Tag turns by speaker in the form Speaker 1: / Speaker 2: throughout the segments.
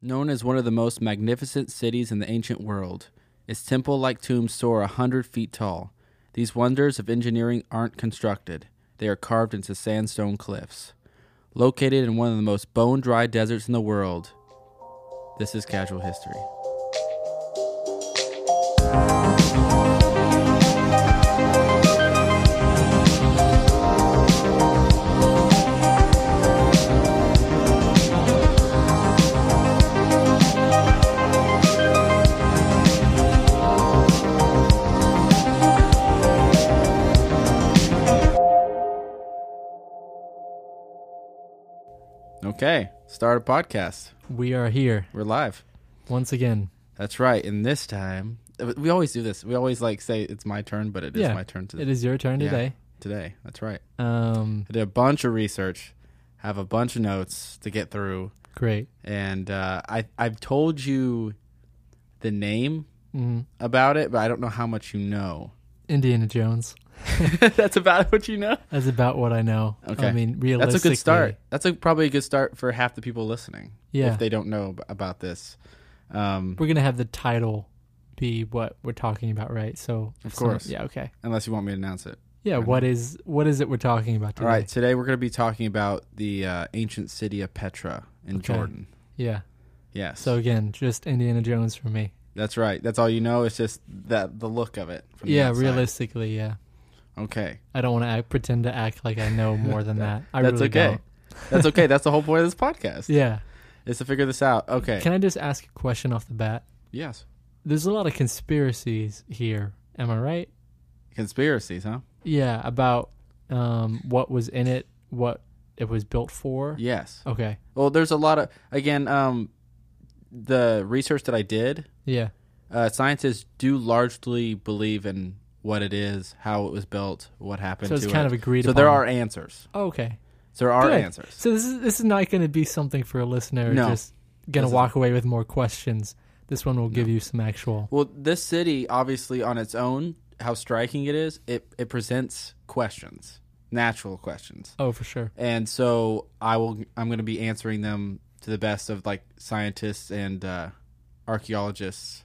Speaker 1: Known as one of the most magnificent cities in the ancient world, its temple like tombs soar a hundred feet tall. These wonders of engineering aren't constructed, they are carved into sandstone cliffs. Located in one of the most bone dry deserts in the world, this is casual history. Okay, start a podcast.
Speaker 2: We are here
Speaker 1: We're live.
Speaker 2: once again.
Speaker 1: That's right. And this time, we always do this. We always like say it's my turn, but it is my turn to
Speaker 2: It is your turn
Speaker 1: Yeah.
Speaker 2: today.
Speaker 1: today. That's right.
Speaker 2: Um,
Speaker 1: I did a bunch of research, have a bunch of notes to get through,
Speaker 2: great.
Speaker 1: and uh, I I've told you the name
Speaker 2: Mm,
Speaker 1: about it, but I don't know how much you know.
Speaker 2: Indiana Jones.
Speaker 1: That's about what you know.
Speaker 2: That's about what I know.
Speaker 1: Okay.
Speaker 2: I mean,
Speaker 1: That's
Speaker 2: realistically,
Speaker 1: a good start. That's a, probably a good start for half the people listening.
Speaker 2: Yeah.
Speaker 1: If they don't know ab- about this, um,
Speaker 2: We're gonna have the title be what we're talking about, right? So,
Speaker 1: Of
Speaker 2: if someone-
Speaker 1: course.
Speaker 2: yeah. Okay.
Speaker 1: unless you want me to announce it.
Speaker 2: Yeah. What is what is it we're talking about today?
Speaker 1: All right. Today we're going to be talking about the uh, ancient city of Petra in
Speaker 2: Okay.
Speaker 1: Jordan.
Speaker 2: Yeah.
Speaker 1: Yes.
Speaker 2: So again, just Indiana Jones for me.
Speaker 1: that's right. That's all you know. It's just that the look of it. From the
Speaker 2: Yeah.
Speaker 1: outside.
Speaker 2: Realistically, yeah.
Speaker 1: Okay.
Speaker 2: I don't want to act, pretend to act like I know more than that. I
Speaker 1: That's
Speaker 2: really
Speaker 1: okay.
Speaker 2: Don't.
Speaker 1: That's okay. That's the whole point of this podcast.
Speaker 2: Yeah.
Speaker 1: Is to figure this out. Okay.
Speaker 2: Can I just ask a question off the bat?
Speaker 1: yes.
Speaker 2: There's a lot of conspiracies here. Am I right?
Speaker 1: Conspiracies, huh?
Speaker 2: Yeah, about um, what was in it, what it was built for.
Speaker 1: Yes.
Speaker 2: Okay.
Speaker 1: Well, there's a lot of again, um the research that I did,
Speaker 2: Yeah.
Speaker 1: uh, scientists do largely believe in what it is, how it was built, what happened
Speaker 2: So it's
Speaker 1: to
Speaker 2: kind
Speaker 1: it.
Speaker 2: of agreed.
Speaker 1: so there
Speaker 2: upon.
Speaker 1: are answers.
Speaker 2: Oh, okay.
Speaker 1: There are
Speaker 2: Good.
Speaker 1: answers.
Speaker 2: So this is this is not going to be something for a listener
Speaker 1: No.
Speaker 2: just going
Speaker 1: This
Speaker 2: to
Speaker 1: is-
Speaker 2: walk away with more questions. This one will give you some actual.
Speaker 1: Well, this city obviously on its own, how striking it is, it it presents questions, natural questions.
Speaker 2: Oh, for sure.
Speaker 1: and so I will. I'm going to be answering them to the best of like scientists and uh, archaeologists.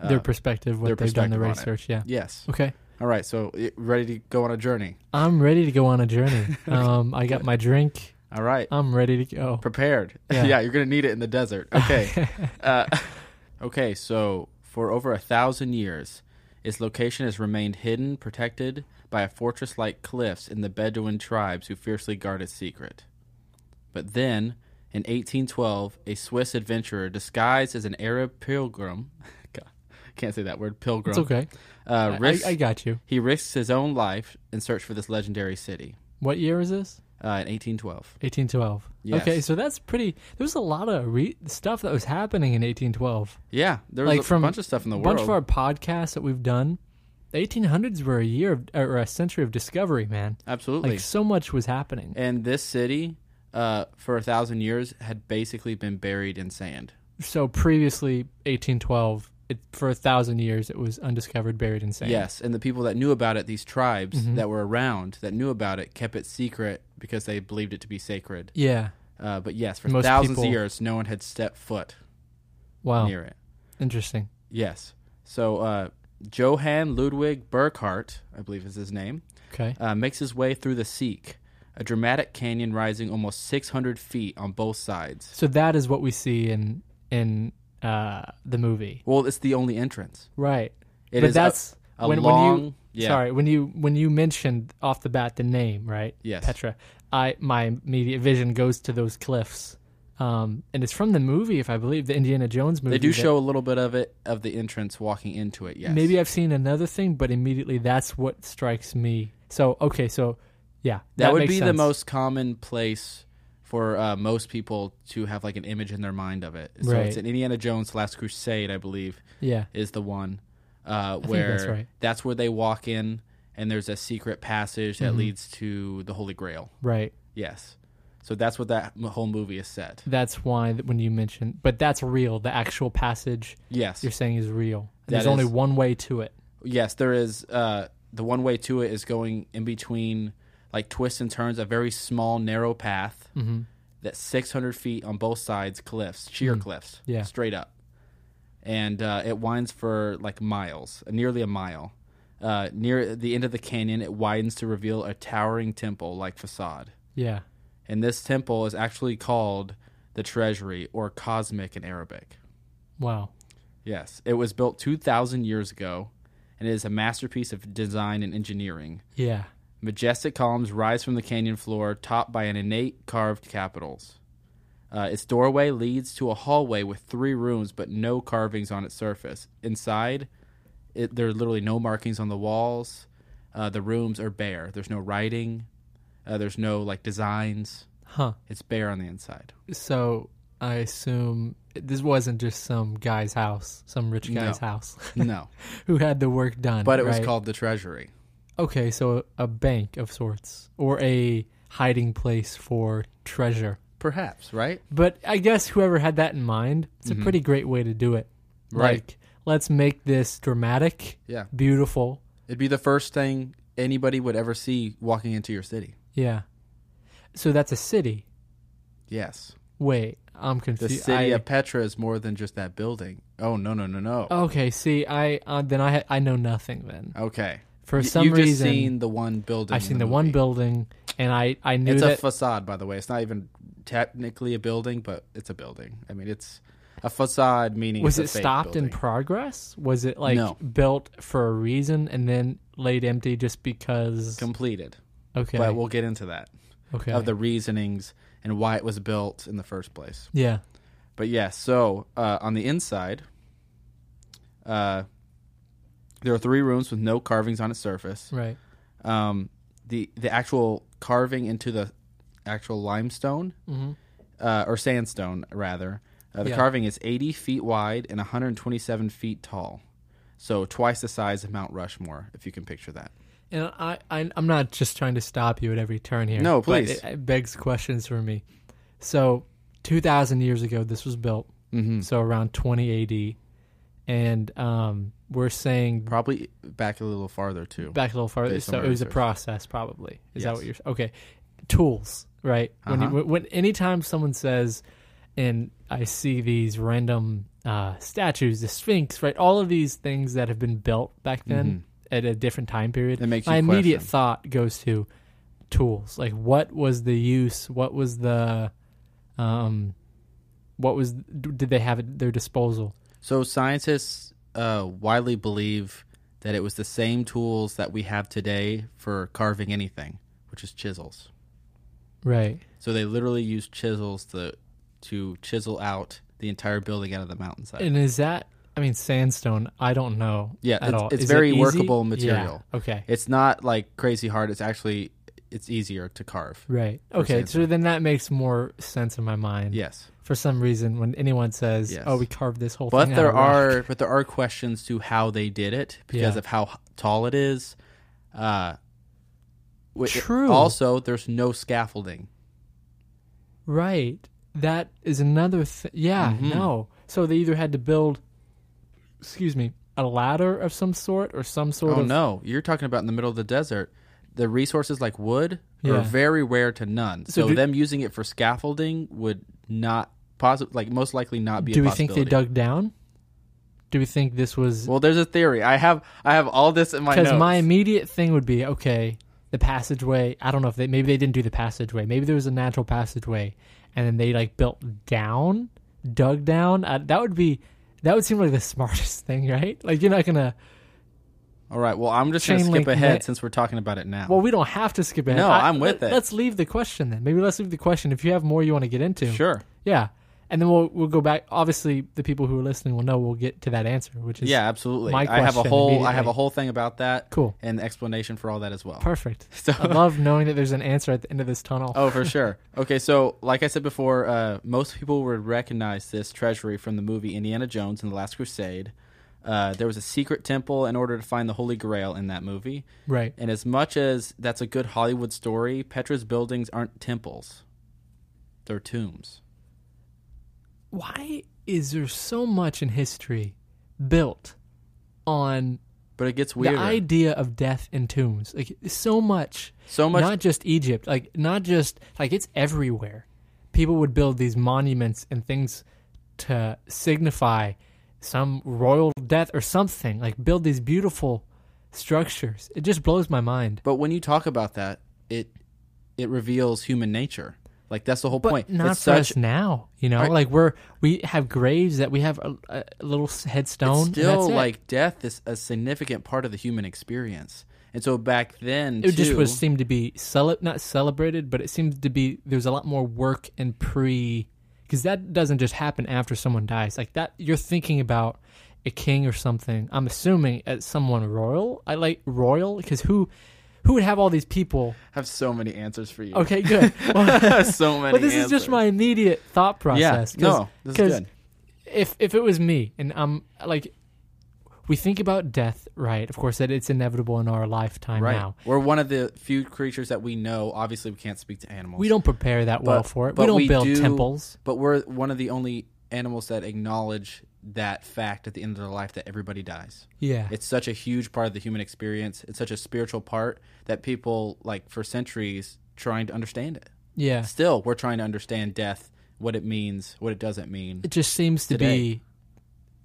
Speaker 1: Uh,
Speaker 2: their perspective, what
Speaker 1: their
Speaker 2: they've done, the
Speaker 1: perspective on
Speaker 2: research. Yeah.
Speaker 1: yes.
Speaker 2: Okay.
Speaker 1: All right. So y- ready to go on a journey.
Speaker 2: I'm ready to go on a journey. Um, I got my drink.
Speaker 1: All right.
Speaker 2: I'm ready to go.
Speaker 1: Prepared. Yeah.
Speaker 2: Uh, Yeah.
Speaker 1: you're going to need it in the desert. Okay. uh, okay. So for over a thousand years, its location has remained hidden, protected by a fortress-like cliffs in the Bedouin tribes who fiercely guard its secret. But then, in 1812, a Swiss adventurer disguised as an Arab pilgrim, God, can't say that word, pilgrim,
Speaker 2: It's okay.
Speaker 1: uh,
Speaker 2: I, I,
Speaker 1: risks,
Speaker 2: I got you.
Speaker 1: he risks his own life in search for this legendary city
Speaker 2: What year is this?
Speaker 1: uh, in 1812.
Speaker 2: 1812.
Speaker 1: Yes.
Speaker 2: Okay, so that's pretty. There was a lot of re- stuff that was happening in 1812.
Speaker 1: Yeah, there was
Speaker 2: Like
Speaker 1: a
Speaker 2: from
Speaker 1: bunch of stuff in the
Speaker 2: A
Speaker 1: world.
Speaker 2: bunch of our podcasts that we've done, the 1800s were a year of, or a century of discovery, man.
Speaker 1: Absolutely.
Speaker 2: Like so much was happening.
Speaker 1: and this city, uh, for a thousand years, had basically been buried in sand.
Speaker 2: So previously 1812, it, for a thousand years, it was undiscovered, buried in sand. Mm-hmm.
Speaker 1: Yes, and the people that knew about it, these tribes that were around that knew about it, kept it secret because they believed it to be sacred.
Speaker 2: Yeah.
Speaker 1: Uh, but yes, for
Speaker 2: Most
Speaker 1: thousands of
Speaker 2: people- Oh.
Speaker 1: years, no one had stepped foot
Speaker 2: Wow.
Speaker 1: near it.
Speaker 2: Interesting.
Speaker 1: Yes. So uh, Johann Ludwig Burckhardt, I believe is his name,
Speaker 2: Okay.
Speaker 1: uh, makes his way through the Seek, a dramatic canyon rising almost 600 feet on both sides.
Speaker 2: So that is what we see in in uh, the movie,
Speaker 1: Well, it's the only entrance.
Speaker 2: right?
Speaker 1: It
Speaker 2: but
Speaker 1: is a-
Speaker 2: that's
Speaker 1: a
Speaker 2: when
Speaker 1: long,
Speaker 2: when you
Speaker 1: yeah.
Speaker 2: sorry when you when you mentioned off the bat the name right
Speaker 1: Yes.
Speaker 2: Petra I my immediate vision goes to those cliffs um and it's from the movie if I believe the Indiana Jones movie
Speaker 1: They do
Speaker 2: that-
Speaker 1: show a little bit of it of the entrance walking into it. Yes.
Speaker 2: maybe I've seen another thing but immediately that's what strikes me so okay so yeah
Speaker 1: that, would
Speaker 2: makes
Speaker 1: be the
Speaker 2: sense.
Speaker 1: most common place for uh, most people to have like an image in their mind of it. So it's
Speaker 2: Right.
Speaker 1: in Indiana Jones Last Crusade, I believe,
Speaker 2: yeah
Speaker 1: is the one uh,
Speaker 2: think
Speaker 1: where
Speaker 2: that's right.
Speaker 1: that's where they walk in, and there's a secret passage
Speaker 2: Mm-hmm.
Speaker 1: that leads to the Holy Grail.
Speaker 2: right
Speaker 1: Yes. So that's what that m- whole movie is set.
Speaker 2: that's why that when you mentioned but that's real the actual passage
Speaker 1: Yes.
Speaker 2: you're saying is real
Speaker 1: That
Speaker 2: there's only
Speaker 1: is-
Speaker 2: one way to it
Speaker 1: Yes, there is. Uh, the one way to it is going in between like twists and turns, a very small, narrow path that's 600 feet on both sides, cliffs, sheer cliffs,
Speaker 2: Yeah.
Speaker 1: straight up. And uh, it winds for like miles, nearly a mile. Uh, near the end of the canyon, it widens to reveal a towering temple like facade.
Speaker 2: Yeah.
Speaker 1: And this temple is actually called the Treasury or Cosmic in Arabic.
Speaker 2: Wow.
Speaker 1: Yes, it was built 2,000 years ago and it is a masterpiece of design and engineering.
Speaker 2: Yeah.
Speaker 1: Majestic columns rise from the canyon floor, topped by an innate carved capitals. Uh, its doorway leads to a hallway with three rooms, but no carvings on its surface. Inside, it, there are literally no markings on the walls. Uh, the rooms are bare. There's no writing. Uh, there's no like designs.
Speaker 2: Huh.
Speaker 1: It's bare on the inside.
Speaker 2: So I assume this wasn't just some guy's house, some rich guy's
Speaker 1: No.
Speaker 2: house
Speaker 1: No,
Speaker 2: who had the work done.
Speaker 1: but it was
Speaker 2: right?
Speaker 1: called the treasury.
Speaker 2: Okay, so a bank of sorts or a hiding place for treasure.
Speaker 1: Perhaps right.
Speaker 2: But I guess whoever had that in mind, it's a pretty great way to do it.
Speaker 1: Mm-hmm. Right.
Speaker 2: Like, let's make this dramatic,
Speaker 1: Yeah,
Speaker 2: beautiful.
Speaker 1: it'd be the first thing anybody would ever see walking into your city.
Speaker 2: Yeah. So that's a city.
Speaker 1: Yes.
Speaker 2: Wait, I'm
Speaker 1: The
Speaker 2: confused.
Speaker 1: city
Speaker 2: I-
Speaker 1: of Petra is more than just that building. Oh no no no no.
Speaker 2: Okay, see, I uh, then I ha- I know nothing then.
Speaker 1: Okay.
Speaker 2: For
Speaker 1: Y-
Speaker 2: some
Speaker 1: you've just
Speaker 2: reason,
Speaker 1: seen the one building.
Speaker 2: I've
Speaker 1: in
Speaker 2: seen the, one
Speaker 1: movie.
Speaker 2: building, and I I knew
Speaker 1: It's a
Speaker 2: that.
Speaker 1: facade, by the way. It's not even technically a building, but it's a building. I mean, it's a facade meaning.
Speaker 2: was it
Speaker 1: it's a fake
Speaker 2: stopped in
Speaker 1: building.
Speaker 2: progress? Was it like
Speaker 1: No.
Speaker 2: built for a reason and then laid empty just because?
Speaker 1: completed?
Speaker 2: okay,
Speaker 1: But we'll get into that
Speaker 2: okay,
Speaker 1: of the reasonings and why it was built in the first place.
Speaker 2: yeah,
Speaker 1: But yeah, so uh, on the inside, uh, there are three rooms with no carvings on its surface.
Speaker 2: right,
Speaker 1: um, the the actual carving into the actual limestone uh, or sandstone rather. Uh, the
Speaker 2: Yeah.
Speaker 1: carving is 80 feet wide and 127 feet tall, so twice the size of Mount Rushmore, if you can picture that.
Speaker 2: and I, I I'm not just trying to stop you at every turn here.
Speaker 1: No,
Speaker 2: but
Speaker 1: please.
Speaker 2: it, it begs questions for me. So, two thousand years ago, this was built.
Speaker 1: Mhm.
Speaker 2: So around 20 A.D. And um, we're saying
Speaker 1: Probably back a little farther too.
Speaker 2: back a little farther.
Speaker 1: Based on
Speaker 2: So
Speaker 1: my
Speaker 2: it was a
Speaker 1: research.
Speaker 2: process, probably. Is that
Speaker 1: Yes.
Speaker 2: what you're okay? Tools, right? When you,
Speaker 1: Uh-huh.
Speaker 2: when- when anytime someone says, and I see these random uh, statues, the Sphinx, right? All of these things that have been built back then at a different time period.
Speaker 1: Mm-hmm. That makes
Speaker 2: my
Speaker 1: you
Speaker 2: immediate
Speaker 1: question.
Speaker 2: thought goes to tools. Like, what was the use? What was the um, what was did they have at their disposal?
Speaker 1: So scientists uh, widely believe that it was the same tools that we have today for carving anything, which is chisels.
Speaker 2: Right.
Speaker 1: So they literally used chisels to to chisel out the entire building out of the mountainside.
Speaker 2: And is that? I mean, sandstone. I don't know.
Speaker 1: Yeah,
Speaker 2: at
Speaker 1: it's-
Speaker 2: all.
Speaker 1: it's
Speaker 2: Is it
Speaker 1: very
Speaker 2: easy?
Speaker 1: workable
Speaker 2: Yeah,
Speaker 1: material.
Speaker 2: Okay.
Speaker 1: It's not like crazy hard. It's actually it's easier to carve.
Speaker 2: Right. Okay. So
Speaker 1: sandstone.
Speaker 2: then that makes more sense in my mind.
Speaker 1: Yes,
Speaker 2: For some reason, when anyone says,
Speaker 1: Yes.
Speaker 2: "Oh, we carved this whole
Speaker 1: but
Speaker 2: thing,"
Speaker 1: there
Speaker 2: out of rock,"
Speaker 1: are but there are questions to how they did it because
Speaker 2: Yeah.
Speaker 1: of how h- tall it is. Uh, wi-
Speaker 2: True.
Speaker 1: also, there's no scaffolding.
Speaker 2: right. That is another thing. Yeah.
Speaker 1: Mm-hmm.
Speaker 2: No. So they either had to build, excuse me, a ladder of some sort or some sort
Speaker 1: Oh
Speaker 2: of.
Speaker 1: no, you're talking about in the middle of the desert. The resources like wood
Speaker 2: Yeah.
Speaker 1: are very rare to none.
Speaker 2: So
Speaker 1: So,
Speaker 2: do-
Speaker 1: them using it for scaffolding would not posit like most likely not be.
Speaker 2: Do
Speaker 1: a
Speaker 2: we think they
Speaker 1: possibility.
Speaker 2: dug down? Do we think this was?
Speaker 1: Well, there's a theory. I have I have all this in my
Speaker 2: Because
Speaker 1: notes.
Speaker 2: my immediate thing would be okay, the passageway. I don't know if they maybe they didn't do the passageway. Maybe there was a natural passageway, and then they like built down, dug down. Uh, that would be that would seem like the smartest thing, right? Like you're not gonna.
Speaker 1: All right. Well, I'm just going to
Speaker 2: Chain link
Speaker 1: skip ahead
Speaker 2: net-
Speaker 1: since we're talking about it now.
Speaker 2: Well, we don't have to skip ahead.
Speaker 1: No,
Speaker 2: I,
Speaker 1: I'm with
Speaker 2: let-
Speaker 1: it.
Speaker 2: Let's leave the question then. Maybe let's leave the question. If you have more you want to get into,
Speaker 1: sure.
Speaker 2: Yeah, and then we'll we'll go back. Obviously, the people who are listening will know. We'll get to that answer, which is
Speaker 1: Yeah, absolutely.
Speaker 2: my
Speaker 1: I have a
Speaker 2: question
Speaker 1: whole I have
Speaker 2: immediately.
Speaker 1: a whole thing about that.
Speaker 2: Cool.
Speaker 1: And explanation for all that as well.
Speaker 2: perfect.
Speaker 1: So-
Speaker 2: I love knowing that there's an answer at the end of this tunnel.
Speaker 1: oh, for sure. Okay, so like I said before, uh, most people would recognize this treasury from the movie Indiana Jones and the Last Crusade. Uh, there was a secret temple in order to find the Holy Grail in that movie.
Speaker 2: right.
Speaker 1: And as much as that's a good Hollywood story, Petra's buildings aren't temples; they're tombs.
Speaker 2: why is there so much in history built on
Speaker 1: But it gets
Speaker 2: the
Speaker 1: weirder.
Speaker 2: idea of death and tombs? Like so much,
Speaker 1: so much
Speaker 2: not just Egypt, like not just like it's everywhere. people would build these monuments and things to signify some royal death or something. Like build these beautiful structures. It just blows my mind.
Speaker 1: But when you talk about that, it it reveals human nature. Like that's the whole
Speaker 2: But
Speaker 1: point.
Speaker 2: not
Speaker 1: it's
Speaker 2: for
Speaker 1: such
Speaker 2: us now, you know.
Speaker 1: Right.
Speaker 2: Like we're we have graves that we have a, a little s- headstone.
Speaker 1: it's
Speaker 2: and
Speaker 1: still
Speaker 2: that's it.
Speaker 1: like death is a significant part of the human experience. And so back then
Speaker 2: it just
Speaker 1: too-
Speaker 2: was seemed to be cele- not celebrated, but it seemed to be there's a lot more work and pre because that doesn't just happen after someone dies. Like that, you're thinking about a king or something. I'm assuming as someone royal. I like royal because who who would have all these people?
Speaker 1: I have so many answers for you.
Speaker 2: Okay, good. Well,
Speaker 1: I have so many
Speaker 2: but this is just
Speaker 1: answers.
Speaker 2: my immediate thought
Speaker 1: Yeah.
Speaker 2: process. 'cause-
Speaker 1: No, this is
Speaker 2: 'cause
Speaker 1: good.
Speaker 2: if if it was me and I'm like we think about death, right? Of course that it's inevitable in our lifetime
Speaker 1: Right.
Speaker 2: now.
Speaker 1: We're one of the few creatures that we know. Obviously, we can't speak to animals.
Speaker 2: We don't prepare that well for it. We
Speaker 1: but
Speaker 2: don't
Speaker 1: we
Speaker 2: build
Speaker 1: do-
Speaker 2: temples.
Speaker 1: But we're one of the only animals that acknowledge that fact at the end of their life that everybody dies.
Speaker 2: Yeah.
Speaker 1: It's such a huge part of the human experience. It's such a spiritual part that people, like, for centuries trying to understand it.
Speaker 2: yeah.
Speaker 1: Still, we're trying to understand death, what it means, what it doesn't mean.
Speaker 2: It just seems to
Speaker 1: Today.
Speaker 2: be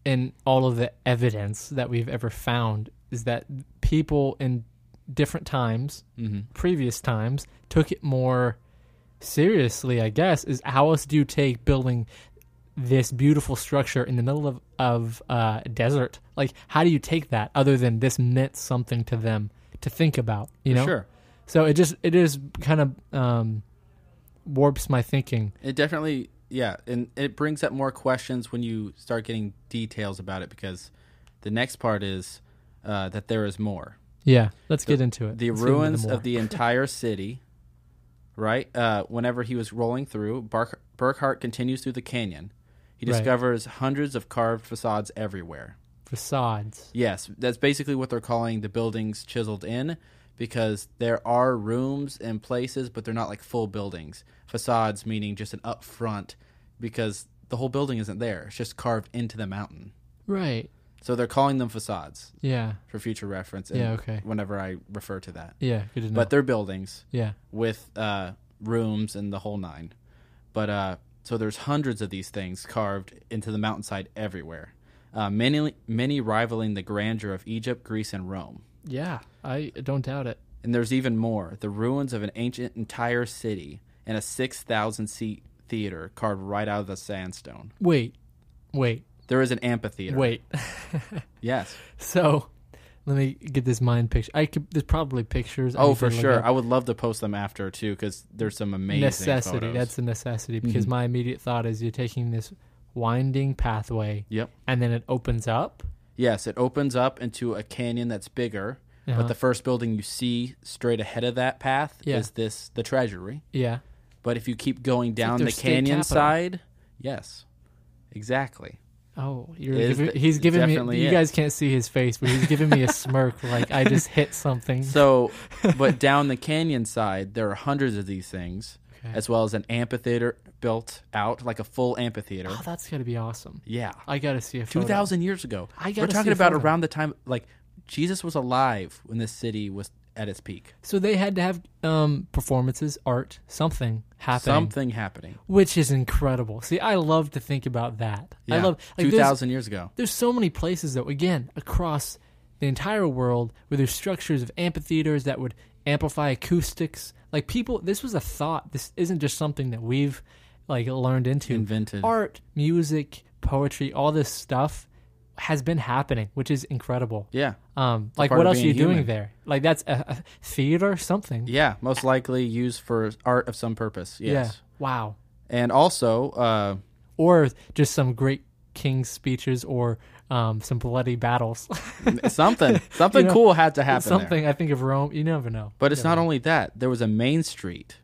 Speaker 2: in all of the evidence that we've ever found is that people in different times,
Speaker 1: Mm-hmm.
Speaker 2: previous times, took it more seriously, I guess, is how else do you take building this beautiful structure in the middle of of uh, desert? Like, how do you take that other than this meant something to them to think about? You
Speaker 1: For
Speaker 2: know,
Speaker 1: sure.
Speaker 2: So it just it is kind of um, warps my thinking.
Speaker 1: It definitely, yeah, and it brings up more questions when you start getting details about it because the next part is uh, that there is more.
Speaker 2: Yeah, let's get into it.
Speaker 1: The
Speaker 2: Let's get into
Speaker 1: ruins
Speaker 2: more.
Speaker 1: of the entire city, right? Uh, whenever he was rolling through, Bark- Burkhart continues through the canyon. He
Speaker 2: Right.
Speaker 1: discovers hundreds of carved facades everywhere.
Speaker 2: facades.
Speaker 1: Yes, that's basically what they're calling the buildings chiseled in because there are rooms and places, but they're not like full buildings. Facades meaning just an up front because the whole building isn't there. It's just carved into the mountain.
Speaker 2: Right.
Speaker 1: So they're calling them facades
Speaker 2: Yeah.
Speaker 1: for future reference. And
Speaker 2: Yeah, okay.
Speaker 1: Whenever I refer to that.
Speaker 2: Yeah. Good to know.
Speaker 1: But they're buildings
Speaker 2: yeah.
Speaker 1: with uh, rooms and the whole nine. But uh, so there's hundreds of these things carved into the mountainside everywhere, uh, many many rivaling the grandeur of Egypt, Greece, and Rome.
Speaker 2: Yeah. I don't doubt it.
Speaker 1: And there's even more: the ruins of an ancient entire city and a six thousand seat theater carved right out of the sandstone.
Speaker 2: Wait. Wait.
Speaker 1: There is an amphitheater.
Speaker 2: Wait.
Speaker 1: Yes.
Speaker 2: so, let me get this mind picture. I could. There's probably pictures. I
Speaker 1: Oh,
Speaker 2: need to
Speaker 1: for
Speaker 2: look
Speaker 1: sure.
Speaker 2: up.
Speaker 1: I would love to post them after too, because there's some amazing
Speaker 2: necessity.
Speaker 1: photos. Mm-hmm.
Speaker 2: That's a necessity because my immediate thought is you're taking this winding pathway
Speaker 1: yep.
Speaker 2: and then it opens up.
Speaker 1: Yes, it opens up into a canyon that's bigger.
Speaker 2: Uh-huh.
Speaker 1: But the first building you see straight ahead of that path
Speaker 2: Yeah.
Speaker 1: is this the treasury.
Speaker 2: Yeah.
Speaker 1: But if you keep going
Speaker 2: like
Speaker 1: down
Speaker 2: their
Speaker 1: the
Speaker 2: state
Speaker 1: canyon
Speaker 2: capital.
Speaker 1: side, yes, exactly.
Speaker 2: Oh, you're
Speaker 1: Is
Speaker 2: giving,
Speaker 1: the-
Speaker 2: he's giving me.
Speaker 1: definitely
Speaker 2: You
Speaker 1: it.
Speaker 2: guys can't see his face, but he's giving me a smirk like I just hit something.
Speaker 1: So, but down the canyon side, there are hundreds of these things,
Speaker 2: Okay.
Speaker 1: as well as an amphitheater built out like a full amphitheater.
Speaker 2: oh, that's gotta be awesome.
Speaker 1: yeah,
Speaker 2: I gotta see a photo.
Speaker 1: two thousand years ago.
Speaker 2: I
Speaker 1: We're
Speaker 2: gotta see
Speaker 1: talking
Speaker 2: a
Speaker 1: about
Speaker 2: photo.
Speaker 1: around the time like Jesus was alive when this city was at its peak.
Speaker 2: So they had to have um, performances, art, something happening,
Speaker 1: Something happening.
Speaker 2: which is incredible. See, I love to think about that. I
Speaker 1: Yeah,
Speaker 2: love like,
Speaker 1: two
Speaker 2: there's,
Speaker 1: thousand years ago.
Speaker 2: there's so many places though, again, across the entire world where there's structures of amphitheaters that would amplify acoustics. Like people, this was a thought. This isn't just something that we've like learned into.
Speaker 1: Invented.
Speaker 2: art, music, poetry, all this stuff has been happening, which is incredible.
Speaker 1: Yeah.
Speaker 2: Um, like
Speaker 1: part
Speaker 2: what
Speaker 1: of
Speaker 2: else are
Speaker 1: being
Speaker 2: you doing
Speaker 1: human.
Speaker 2: there? Like that's a, a theater, something.
Speaker 1: Yeah, most likely used for art of some purpose. Yes.
Speaker 2: Yeah. Wow.
Speaker 1: And also, uh,
Speaker 2: Or just some great king's speeches or um, some bloody battles.
Speaker 1: something something
Speaker 2: You know,
Speaker 1: cool had to happen. there.
Speaker 2: something I think of Rome. You never know.
Speaker 1: But it's not only that. There was a main street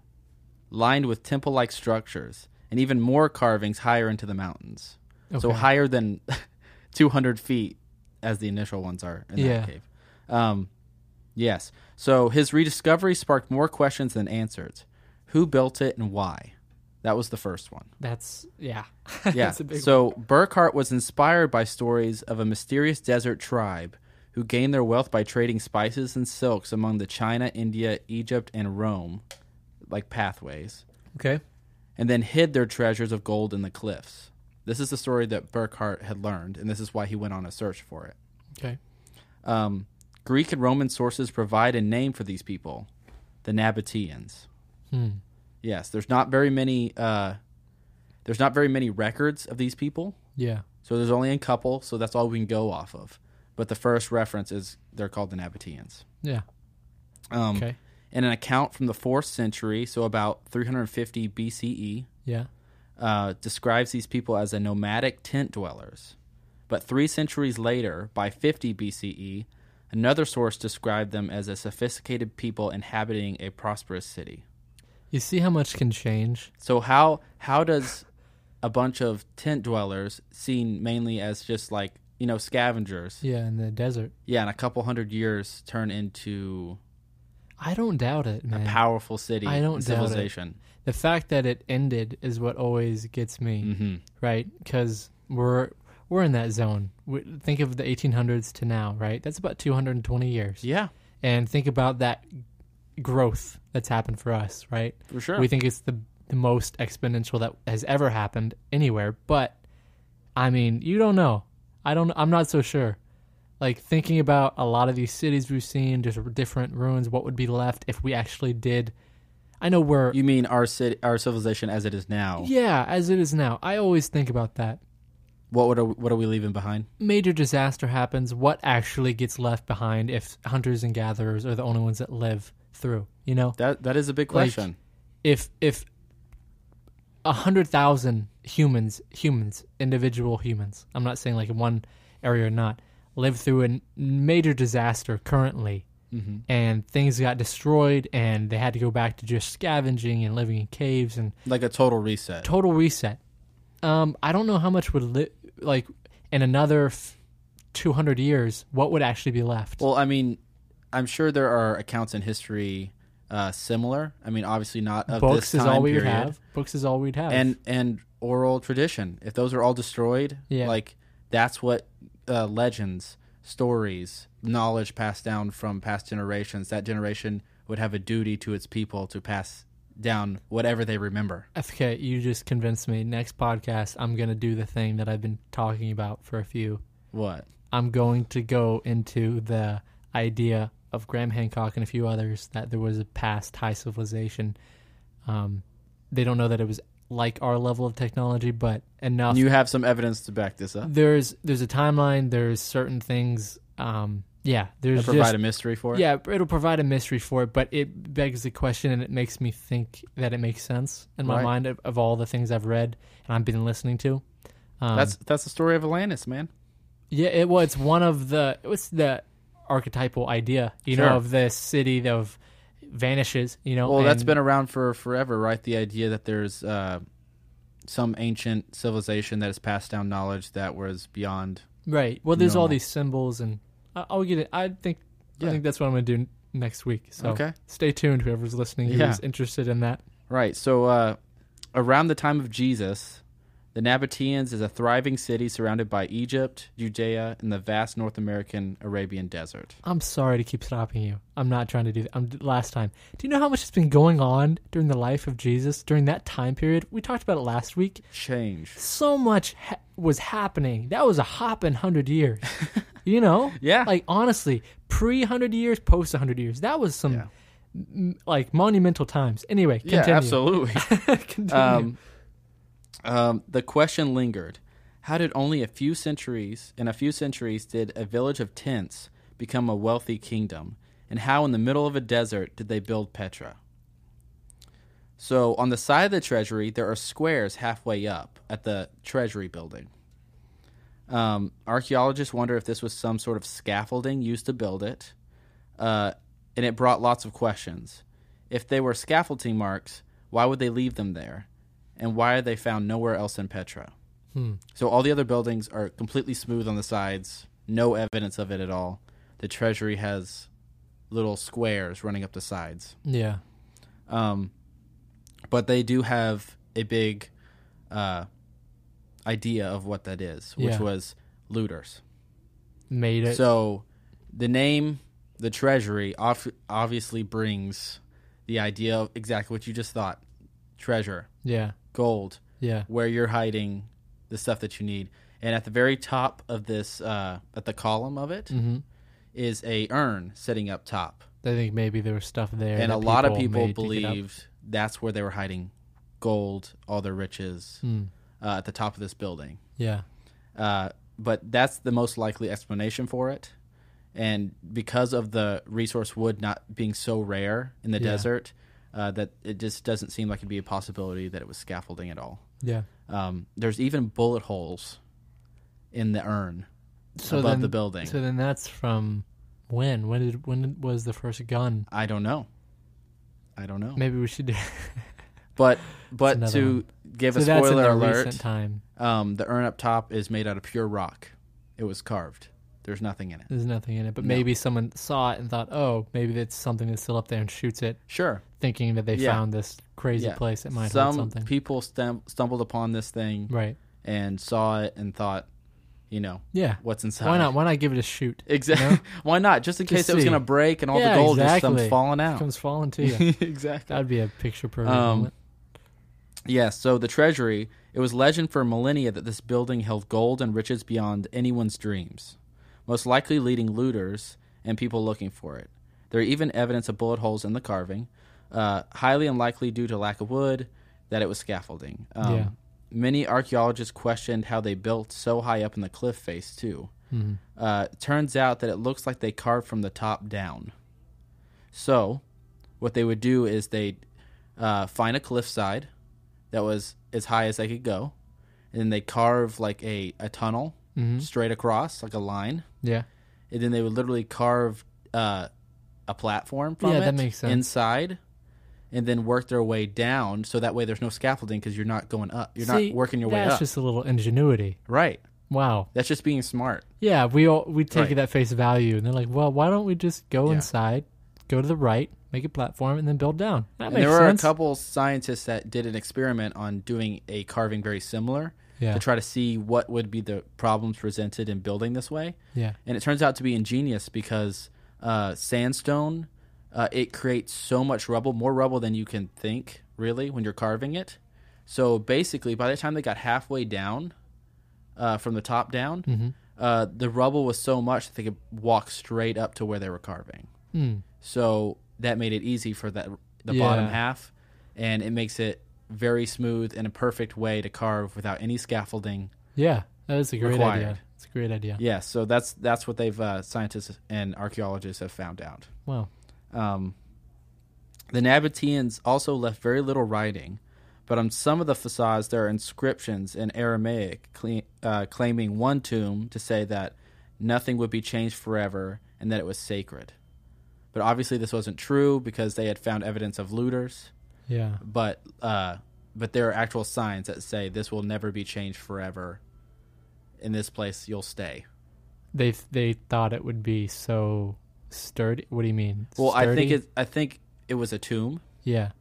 Speaker 1: lined with temple-like structures and even more carvings higher into the mountains. So
Speaker 2: Okay.
Speaker 1: higher than 200 feet as the initial ones are in
Speaker 2: Yeah.
Speaker 1: that cave. Um, yes. So his rediscovery sparked more questions than answers. Who built it and why? That was the first one.
Speaker 2: That's yeah.
Speaker 1: Yeah.
Speaker 2: that's a big
Speaker 1: so Burkhart was inspired by stories of a mysterious desert tribe who gained their wealth by trading spices and silks among the China, India, Egypt, and Rome, like pathways.
Speaker 2: okay.
Speaker 1: and then hid their treasures of gold in the cliffs. This is the story that Burkhart had learned, and this is why he went on a search for it.
Speaker 2: Okay.
Speaker 1: Um, Greek and Roman sources provide a name for these people, the Nabateans.
Speaker 2: Hmm.
Speaker 1: Yes, there's not very many. Uh, there's not very many records of these people,
Speaker 2: Yeah.
Speaker 1: so there's only a couple. So that's all we can go off of. But the first reference is they're called the Nabateans.
Speaker 2: Yeah.
Speaker 1: Um,
Speaker 2: Okay.
Speaker 1: In an account from the fourth century, so about 350 BCE,
Speaker 2: Yeah.
Speaker 1: E, uh, describes these people as a nomadic tent dwellers. But three centuries later, by 50 BCE, E, another source described them as a sophisticated people inhabiting a prosperous city.
Speaker 2: You see how much can change?
Speaker 1: So how how does a bunch of tent dwellers seen mainly as just like you know scavengers,
Speaker 2: Yeah, in the desert.
Speaker 1: yeah, in a couple hundred years turn into
Speaker 2: I don't doubt it, man.
Speaker 1: a powerful city,
Speaker 2: I don't
Speaker 1: and
Speaker 2: doubt it.
Speaker 1: civilization?
Speaker 2: the fact that it ended is what always gets me,
Speaker 1: Mm-hmm.
Speaker 2: right? Because we're we're in that zone. We, think of the 1800s to now, right? That's about 220 years.
Speaker 1: Yeah,
Speaker 2: And think about that growth that's happened for us, right?
Speaker 1: for sure.
Speaker 2: We think it's the the most exponential that has ever happened anywhere, but I mean, you don't know. I don't I'm not so sure. Like thinking about a lot of these cities we've seen, just different ruins, what would be left if we actually did I know we're
Speaker 1: you mean our city, our civilization as it is now?
Speaker 2: yeah, as it is now. I always think about that.
Speaker 1: What would what are we leaving behind?
Speaker 2: Major disaster happens, what actually gets left behind if hunters and gatherers are the only ones that live through, you know?
Speaker 1: That that is a big
Speaker 2: Like-
Speaker 1: question.
Speaker 2: if if a hundred thousand humans, humans, individual humans, I'm not saying like in one area or not, live through a major disaster currently,
Speaker 1: Mhm.
Speaker 2: and things got destroyed, and they had to go back to just scavenging and living in caves and
Speaker 1: like a total reset.
Speaker 2: total reset. Um, I don't know how much would li- like in another f- 200 years, what would actually be left?
Speaker 1: well, I mean, I'm sure there are accounts in history uh, similar. I mean, obviously not of
Speaker 2: Books
Speaker 1: this
Speaker 2: is
Speaker 1: time
Speaker 2: all we would
Speaker 1: period.
Speaker 2: have. Books is all we'd have.
Speaker 1: and and oral tradition. If those are all destroyed,
Speaker 2: Yeah.
Speaker 1: like that's what uh, legends, stories, knowledge passed down from past generations. That generation would have a duty to its people to pass down whatever they remember.
Speaker 2: Okay, you just convinced me. Next podcast, I'm going to do the thing that I've been talking about for a few.
Speaker 1: What?
Speaker 2: I'm going to go into the idea of Graham Hancock and a few others that there was a past high civilization. Um, they don't know that it was like our level of technology, but enough.
Speaker 1: You have some evidence to back this up.
Speaker 2: there's there's a timeline. There's certain things. Um, yeah, there's
Speaker 1: To provide
Speaker 2: just
Speaker 1: a mystery for it.
Speaker 2: yeah, it'll provide a mystery for it, but it begs the question and it makes me think that it makes sense in my
Speaker 1: Right.
Speaker 2: mind of, of all the things I've read and I've been listening to. Um,
Speaker 1: That's that's the story of Atlantis, man.
Speaker 2: yeah, it was one of the it's the archetypal idea, you
Speaker 1: Sure.
Speaker 2: know, of this city that of vanishes, you know.
Speaker 1: Well, that's
Speaker 2: Oh, and-
Speaker 1: been around for forever, right? The idea that there's uh, some ancient civilization that has passed down knowledge that was beyond.
Speaker 2: right. Well, there's all
Speaker 1: normal.
Speaker 2: these symbols and I, I'll get it. I think
Speaker 1: Yeah.
Speaker 2: I think that's what I'm going to do n- next week. So
Speaker 1: Okay.
Speaker 2: stay tuned whoever's listening who's
Speaker 1: Yeah.
Speaker 2: interested in that.
Speaker 1: Right. So, uh, around the time of Jesus, the Nabateans is a thriving city surrounded by Egypt, Judea, and the vast North American Arabian desert.
Speaker 2: I'm sorry to keep stopping you. I'm not trying to do that. I'm last time. Do you know how much has been going on during the life of Jesus during that time period? We talked about it last week.
Speaker 1: Change.
Speaker 2: So much ha- was happening. That was a hopping hundred years. you know?
Speaker 1: Yeah.
Speaker 2: Like honestly, pre hundred years, post hundred years. That was some
Speaker 1: Yeah.
Speaker 2: m- like monumental times. Anyway, continue.
Speaker 1: Yeah, absolutely.
Speaker 2: Continue.
Speaker 1: um, um, the question lingered: How did only a few centuries, in a few centuries, did a village of tents become a wealthy kingdom, and how, in the middle of a desert, did they build Petra? So, on the side of the treasury, there are squares halfway up at the treasury building. Um, archaeologists wonder if this was some sort of scaffolding used to build it, uh, and it brought lots of questions. If they were scaffolding marks, why would they leave them there? And why are they found nowhere else in Petra? So all the other buildings are completely smooth on the sides, no evidence of it at all. The treasury has little squares running up the sides.
Speaker 2: yeah.
Speaker 1: Um, but they do have a big uh, idea of what that is, which
Speaker 2: Yeah.
Speaker 1: was looters.
Speaker 2: Made it.
Speaker 1: So the name, the treasury, ob- obviously brings the idea of exactly what you just thought treasure,
Speaker 2: yeah.
Speaker 1: gold
Speaker 2: Yeah.
Speaker 1: where you're hiding the stuff that you need. And at the very top of this, uh, at the column of it, is
Speaker 2: Mm-hmm.
Speaker 1: a urn sitting up top.
Speaker 2: I think maybe there was stuff there.
Speaker 1: and
Speaker 2: that
Speaker 1: a lot of
Speaker 2: may
Speaker 1: people
Speaker 2: pick it up.
Speaker 1: believed that's where they were hiding gold, all their riches,
Speaker 2: Hmm.
Speaker 1: uh, at the top of this building.
Speaker 2: Yeah.
Speaker 1: Uh, but that's the most likely explanation for it. And because of the resource wood not being so rare in the
Speaker 2: Yeah.
Speaker 1: desert, uh, that it just doesn't seem like it'd be a possibility that it was scaffolding at all.
Speaker 2: Yeah.
Speaker 1: Um, there's even bullet holes in the urn
Speaker 2: So
Speaker 1: above
Speaker 2: then,
Speaker 1: the building.
Speaker 2: So then that's from when? When did when was the first gun?
Speaker 1: I don't know. I don't know.
Speaker 2: Maybe we should do
Speaker 1: But but
Speaker 2: another
Speaker 1: to
Speaker 2: one.
Speaker 1: give
Speaker 2: so
Speaker 1: a
Speaker 2: that's in
Speaker 1: spoiler
Speaker 2: the
Speaker 1: alert,
Speaker 2: recent time.
Speaker 1: um, the urn up top is made out of pure rock. It was carved. There's nothing in it.
Speaker 2: There's nothing in it, but
Speaker 1: No.
Speaker 2: maybe someone saw it and thought, "Oh, maybe that's something that's still up there," and shoots it,
Speaker 1: Sure.
Speaker 2: thinking that they
Speaker 1: Yeah.
Speaker 2: found this crazy
Speaker 1: Yeah.
Speaker 2: place that might hold
Speaker 1: Some
Speaker 2: something.
Speaker 1: people stum- stumbled upon this thing
Speaker 2: right?
Speaker 1: and saw it and thought, you know,
Speaker 2: Yeah.
Speaker 1: what's inside.
Speaker 2: Why not? Why not give it a shoot?
Speaker 1: Exactly.
Speaker 2: You know?
Speaker 1: Why not? Just in
Speaker 2: Just
Speaker 1: case it was
Speaker 2: see.
Speaker 1: going to break and all
Speaker 2: Yeah,
Speaker 1: the gold just
Speaker 2: exactly.
Speaker 1: comes falling
Speaker 2: It
Speaker 1: out.
Speaker 2: comes falling to you.
Speaker 1: exactly.
Speaker 2: That'd be a picture perfect
Speaker 1: Um,
Speaker 2: moment.
Speaker 1: Yes, so the treasury, it was legend for millennia that this building held gold and riches beyond anyone's dreams, most likely leading looters and people looking for it. There are even evidence of bullet holes in the carving, uh, highly unlikely due to lack of wood that it was scaffolding. Um,
Speaker 2: Yeah.
Speaker 1: Many archaeologists questioned how they built so high up in the cliff face, too.
Speaker 2: Mm-hmm.
Speaker 1: Uh, turns out that it looks like they carved from the top down. So, what they would do is they'd uh, find a cliffside that was as high as they could go, and then they carve like a, a tunnel straight across, like a line,
Speaker 2: Mm-hmm. Yeah.
Speaker 1: and then they would literally carve uh, a platform from
Speaker 2: Yeah,
Speaker 1: it
Speaker 2: that makes sense.
Speaker 1: inside, and then work their way down. So that way, there's no scaffolding because you're not going up. You're
Speaker 2: See,
Speaker 1: not working your way
Speaker 2: That's
Speaker 1: up.
Speaker 2: just a little ingenuity.
Speaker 1: right.
Speaker 2: Wow.
Speaker 1: That's just being smart.
Speaker 2: Yeah, we all we take
Speaker 1: Right.
Speaker 2: it at face value, and they're like, "Well, why don't we just go
Speaker 1: Yeah.
Speaker 2: inside, go to the right, make a platform, and then build down?" That
Speaker 1: And
Speaker 2: makes
Speaker 1: there were a
Speaker 2: sense.
Speaker 1: couple scientists that did an experiment on doing a carving very similar
Speaker 2: yeah,
Speaker 1: to try to see what would be the problems presented in building this way.
Speaker 2: yeah,
Speaker 1: and it turns out to be ingenious because uh, sandstone uh, it creates so much rubble more rubble than you can think really when you're carving it so basically by the time they got halfway down uh, from the top down
Speaker 2: Mm-hmm.
Speaker 1: uh, the rubble was so much that they could walk straight up to where they were carving
Speaker 2: Mm.
Speaker 1: so that made it easy for that the bottom
Speaker 2: Yeah.
Speaker 1: half and it makes it very smooth and a perfect way to carve without any scaffolding
Speaker 2: yeah. That is a great
Speaker 1: Required.
Speaker 2: idea. It's a great idea.
Speaker 1: yeah, so that's that's what they've uh, scientists and archaeologists have found out.
Speaker 2: Wow.
Speaker 1: Um, the Nabateans also left very little writing, but on some of the facades there are inscriptions in Aramaic cle uh, claiming one tomb to say that nothing would be changed forever and that it was sacred. But obviously this wasn't true because they had found evidence of looters.
Speaker 2: Yeah,
Speaker 1: But uh, but there are actual signs that say this will never be changed forever. In this place, you'll stay.
Speaker 2: they they thought it would be so sturdy. What do you mean?
Speaker 1: Well, I think
Speaker 2: Sturdy?
Speaker 1: it. I think it was a tomb,
Speaker 2: Yeah,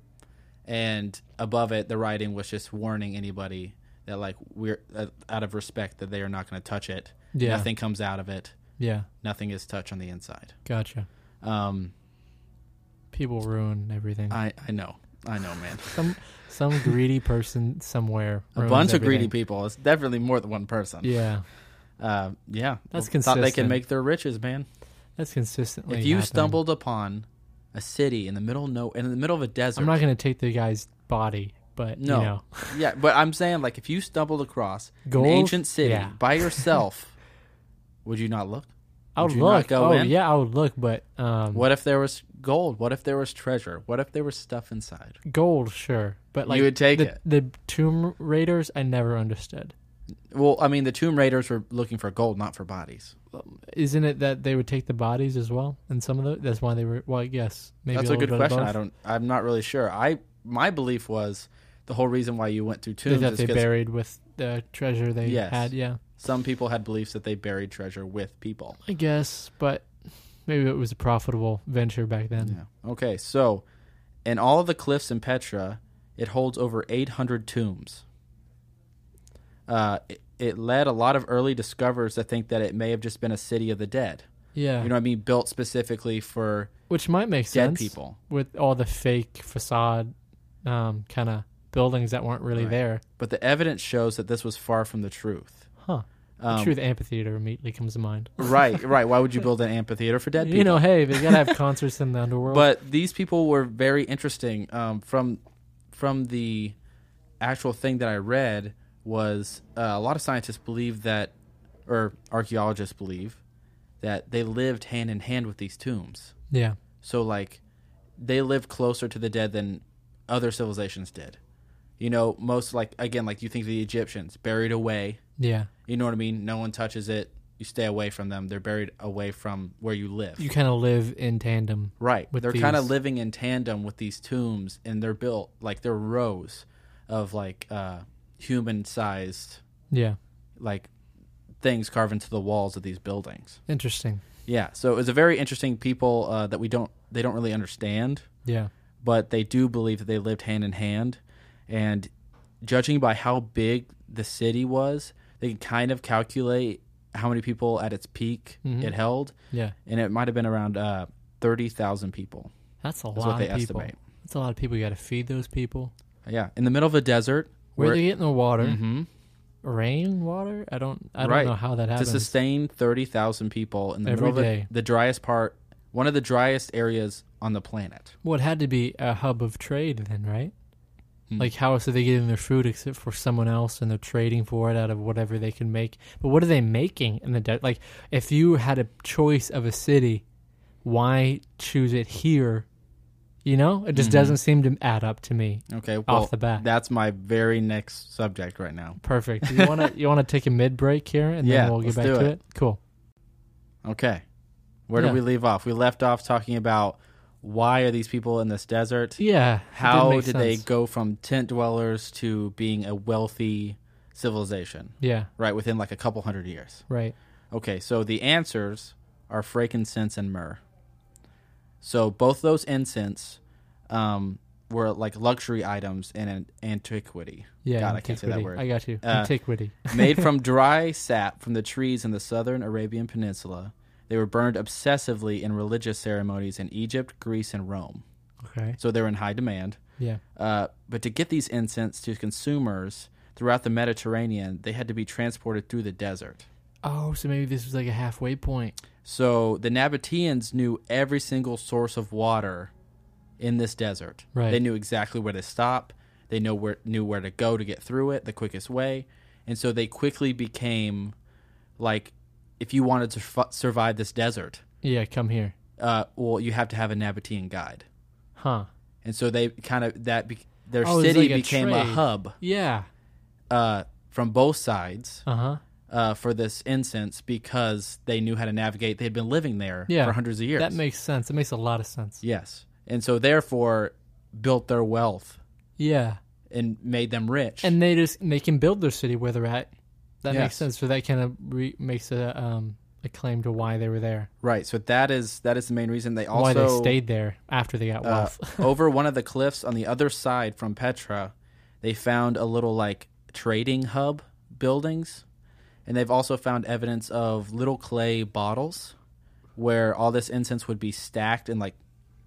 Speaker 1: and above it, the writing was just warning anybody that, like, we're uh, out of respect that they are not going to touch it.
Speaker 2: Yeah.
Speaker 1: Nothing comes out of it.
Speaker 2: yeah.
Speaker 1: Nothing is touched on the inside.
Speaker 2: Gotcha.
Speaker 1: Um,
Speaker 2: People ruin everything.
Speaker 1: I I know, I know, man.
Speaker 2: some some greedy person somewhere.
Speaker 1: A
Speaker 2: ruins
Speaker 1: bunch of greedy
Speaker 2: everything.
Speaker 1: people. It's definitely more than one person.
Speaker 2: Yeah,
Speaker 1: Uh, yeah.
Speaker 2: That's
Speaker 1: Thought they
Speaker 2: consistent.
Speaker 1: can make their riches, man.
Speaker 2: that's consistently.
Speaker 1: If you
Speaker 2: happening.
Speaker 1: stumbled upon a city in the middle of no, in the middle of a desert.
Speaker 2: I'm not going to take the guy's body, but
Speaker 1: No.
Speaker 2: you know,
Speaker 1: yeah, but I'm saying like if you stumbled across
Speaker 2: Gold?
Speaker 1: an ancient city
Speaker 2: Yeah.
Speaker 1: by yourself, would you not look?
Speaker 2: I would
Speaker 1: you not
Speaker 2: look.
Speaker 1: go
Speaker 2: oh
Speaker 1: in?
Speaker 2: yeah, I would look, but um,
Speaker 1: What if there was gold? What if there was treasure? What if there was stuff inside?
Speaker 2: gold? Sure, but like
Speaker 1: would take
Speaker 2: the,
Speaker 1: it.
Speaker 2: The Tomb Raiders, I never understood.
Speaker 1: Well, I mean, the Tomb Raiders were looking for gold, not for bodies.
Speaker 2: Isn't it that they would take the bodies as well? And some of the that's why they were. Well, yes, maybe
Speaker 1: That's a
Speaker 2: little
Speaker 1: good
Speaker 2: bit of
Speaker 1: question.
Speaker 2: both.
Speaker 1: I don't. I'm not really sure. I my belief was the whole reason why you went through
Speaker 2: They
Speaker 1: tombs
Speaker 2: thought
Speaker 1: is
Speaker 2: they
Speaker 1: because
Speaker 2: buried with the treasure they
Speaker 1: Yes.
Speaker 2: had. Yeah,
Speaker 1: some people had beliefs that they buried treasure with people.
Speaker 2: I guess, but maybe it was a profitable venture back then.
Speaker 1: Yeah. Okay. So, in all of the cliffs in Petra, it holds over 800 tombs. Uh, it, it led a lot of early discoverers to think that it may have just been a city of the dead.
Speaker 2: Yeah,
Speaker 1: You know what I mean? Built specifically for
Speaker 2: which might make
Speaker 1: dead
Speaker 2: sense
Speaker 1: people.
Speaker 2: with all the fake facade, um, kind of buildings that weren't really
Speaker 1: Right.
Speaker 2: there.
Speaker 1: But the evidence shows that this was far from the truth.
Speaker 2: Huh.
Speaker 1: Um,
Speaker 2: the truth amphitheater immediately comes to mind.
Speaker 1: right, right. Why would you build an amphitheater for dead people?
Speaker 2: You know, hey, they gotta have concerts in the underworld.
Speaker 1: but these people were very interesting. Um, from from the actual thing that I read was uh, a lot of scientists believe that, or archaeologists believe that they lived hand in hand with these tombs.
Speaker 2: yeah,
Speaker 1: So like, they lived closer to the dead than other civilizations did. You know, most like again, like you think of the Egyptians buried away.
Speaker 2: yeah.
Speaker 1: You know what I mean? No one touches it. You stay away from them. They're buried away from where you live.
Speaker 2: You kind of live in tandem.
Speaker 1: Right.
Speaker 2: with
Speaker 1: they're kind of
Speaker 2: these-
Speaker 1: living in tandem with these tombs, and they're built like they're rows of like uh, human-sized
Speaker 2: Yeah,
Speaker 1: like things carved into the walls of these buildings.
Speaker 2: interesting.
Speaker 1: Yeah. So it was a very interesting people uh, that we don't they don't really understand,
Speaker 2: Yeah,
Speaker 1: but they do believe that they lived hand in hand, and judging by how big the city was, they can kind of calculate how many people at its peak
Speaker 2: Mm-hmm.
Speaker 1: it held,
Speaker 2: yeah.
Speaker 1: and it might have been around uh, thirty thousand people.
Speaker 2: That's a
Speaker 1: That's
Speaker 2: lot
Speaker 1: what they
Speaker 2: of people.
Speaker 1: estimate.
Speaker 2: That's a lot of people. You gotta feed those people.
Speaker 1: Yeah, in the middle of a desert.
Speaker 2: Where
Speaker 1: where-
Speaker 2: they get in the water?
Speaker 1: Mhm.
Speaker 2: Rain water? I don't. I don't
Speaker 1: Right.
Speaker 2: know how that
Speaker 1: to
Speaker 2: happens.
Speaker 1: sustain 30,000 people in the
Speaker 2: Every
Speaker 1: middle of
Speaker 2: day.
Speaker 1: a, the driest part, one of the driest areas on the planet.
Speaker 2: Well, it had to be a hub of trade then, right?
Speaker 1: Hmm.
Speaker 2: Like, how else are they getting their food except for someone else, and they're trading for it out of whatever they can make? But what are they making in the desert? Like, if you had a choice of a city, why choose it here? You know, it
Speaker 1: Mm-hmm.
Speaker 2: just doesn't seem to add up to me.
Speaker 1: Okay, well,
Speaker 2: the bat.
Speaker 1: that's my very next subject right now.
Speaker 2: Perfect. You wanna you wanna take a mid break here, and
Speaker 1: Yeah,
Speaker 2: then we'll get
Speaker 1: let's
Speaker 2: back
Speaker 1: do
Speaker 2: to
Speaker 1: it.
Speaker 2: it. Cool.
Speaker 1: Okay, where
Speaker 2: Yeah.
Speaker 1: did we leave off? We left off talking about why are these people in this desert?
Speaker 2: Yeah. it did
Speaker 1: How
Speaker 2: make
Speaker 1: did they
Speaker 2: sense.
Speaker 1: go from tent dwellers to being a wealthy civilization,
Speaker 2: Yeah.
Speaker 1: right, within like a couple hundred years?
Speaker 2: Right.
Speaker 1: Okay, so the answers are frankincense and myrrh. So both those incense um, were like luxury items in an antiquity.
Speaker 2: Yeah.
Speaker 1: God,
Speaker 2: antiquity.
Speaker 1: I can't say that word.
Speaker 2: I got you.
Speaker 1: Uh,
Speaker 2: antiquity.
Speaker 1: Made from dry sap from the trees in the southern Arabian Peninsula, they were burned obsessively in religious ceremonies in Egypt, Greece, and Rome.
Speaker 2: Okay.
Speaker 1: So they were in high demand.
Speaker 2: Yeah.
Speaker 1: Uh, but to get these incense to consumers throughout the Mediterranean, they had to be transported through the desert.
Speaker 2: Oh, so maybe this was like a halfway point.
Speaker 1: So the Nabateans knew every single source of water in this desert.
Speaker 2: Right.
Speaker 1: They knew exactly where to stop. They know where knew where to go to get through it the quickest way, and so they quickly became like, if you wanted to f- survive this desert,
Speaker 2: Yeah, come here.
Speaker 1: uh, well, you have to have a Nabatean guide,
Speaker 2: Huh.
Speaker 1: and so they kind of that be- their
Speaker 2: Oh, it's
Speaker 1: city
Speaker 2: like a
Speaker 1: became a
Speaker 2: trade.
Speaker 1: hub
Speaker 2: Yeah.
Speaker 1: uh, from both sides
Speaker 2: Uh huh.
Speaker 1: uh, for this incense because they knew how to navigate. They had been living there
Speaker 2: Yeah.
Speaker 1: for hundreds of years.
Speaker 2: That makes sense. It makes a lot of sense.
Speaker 1: Yes. And so therefore built their wealth
Speaker 2: Yeah.
Speaker 1: and made them rich.
Speaker 2: And they just they can build their city where they're at. That
Speaker 1: Yes.
Speaker 2: makes sense. So that kind of re- makes a um a claim to why they were there,
Speaker 1: right. So that is that is the main reason they also
Speaker 2: why they stayed there after they got
Speaker 1: uh,
Speaker 2: wealth.
Speaker 1: over one of the cliffs on the other side from Petra, they found a little like trading hub buildings. And they've also found evidence of little clay bottles where all this incense would be stacked and like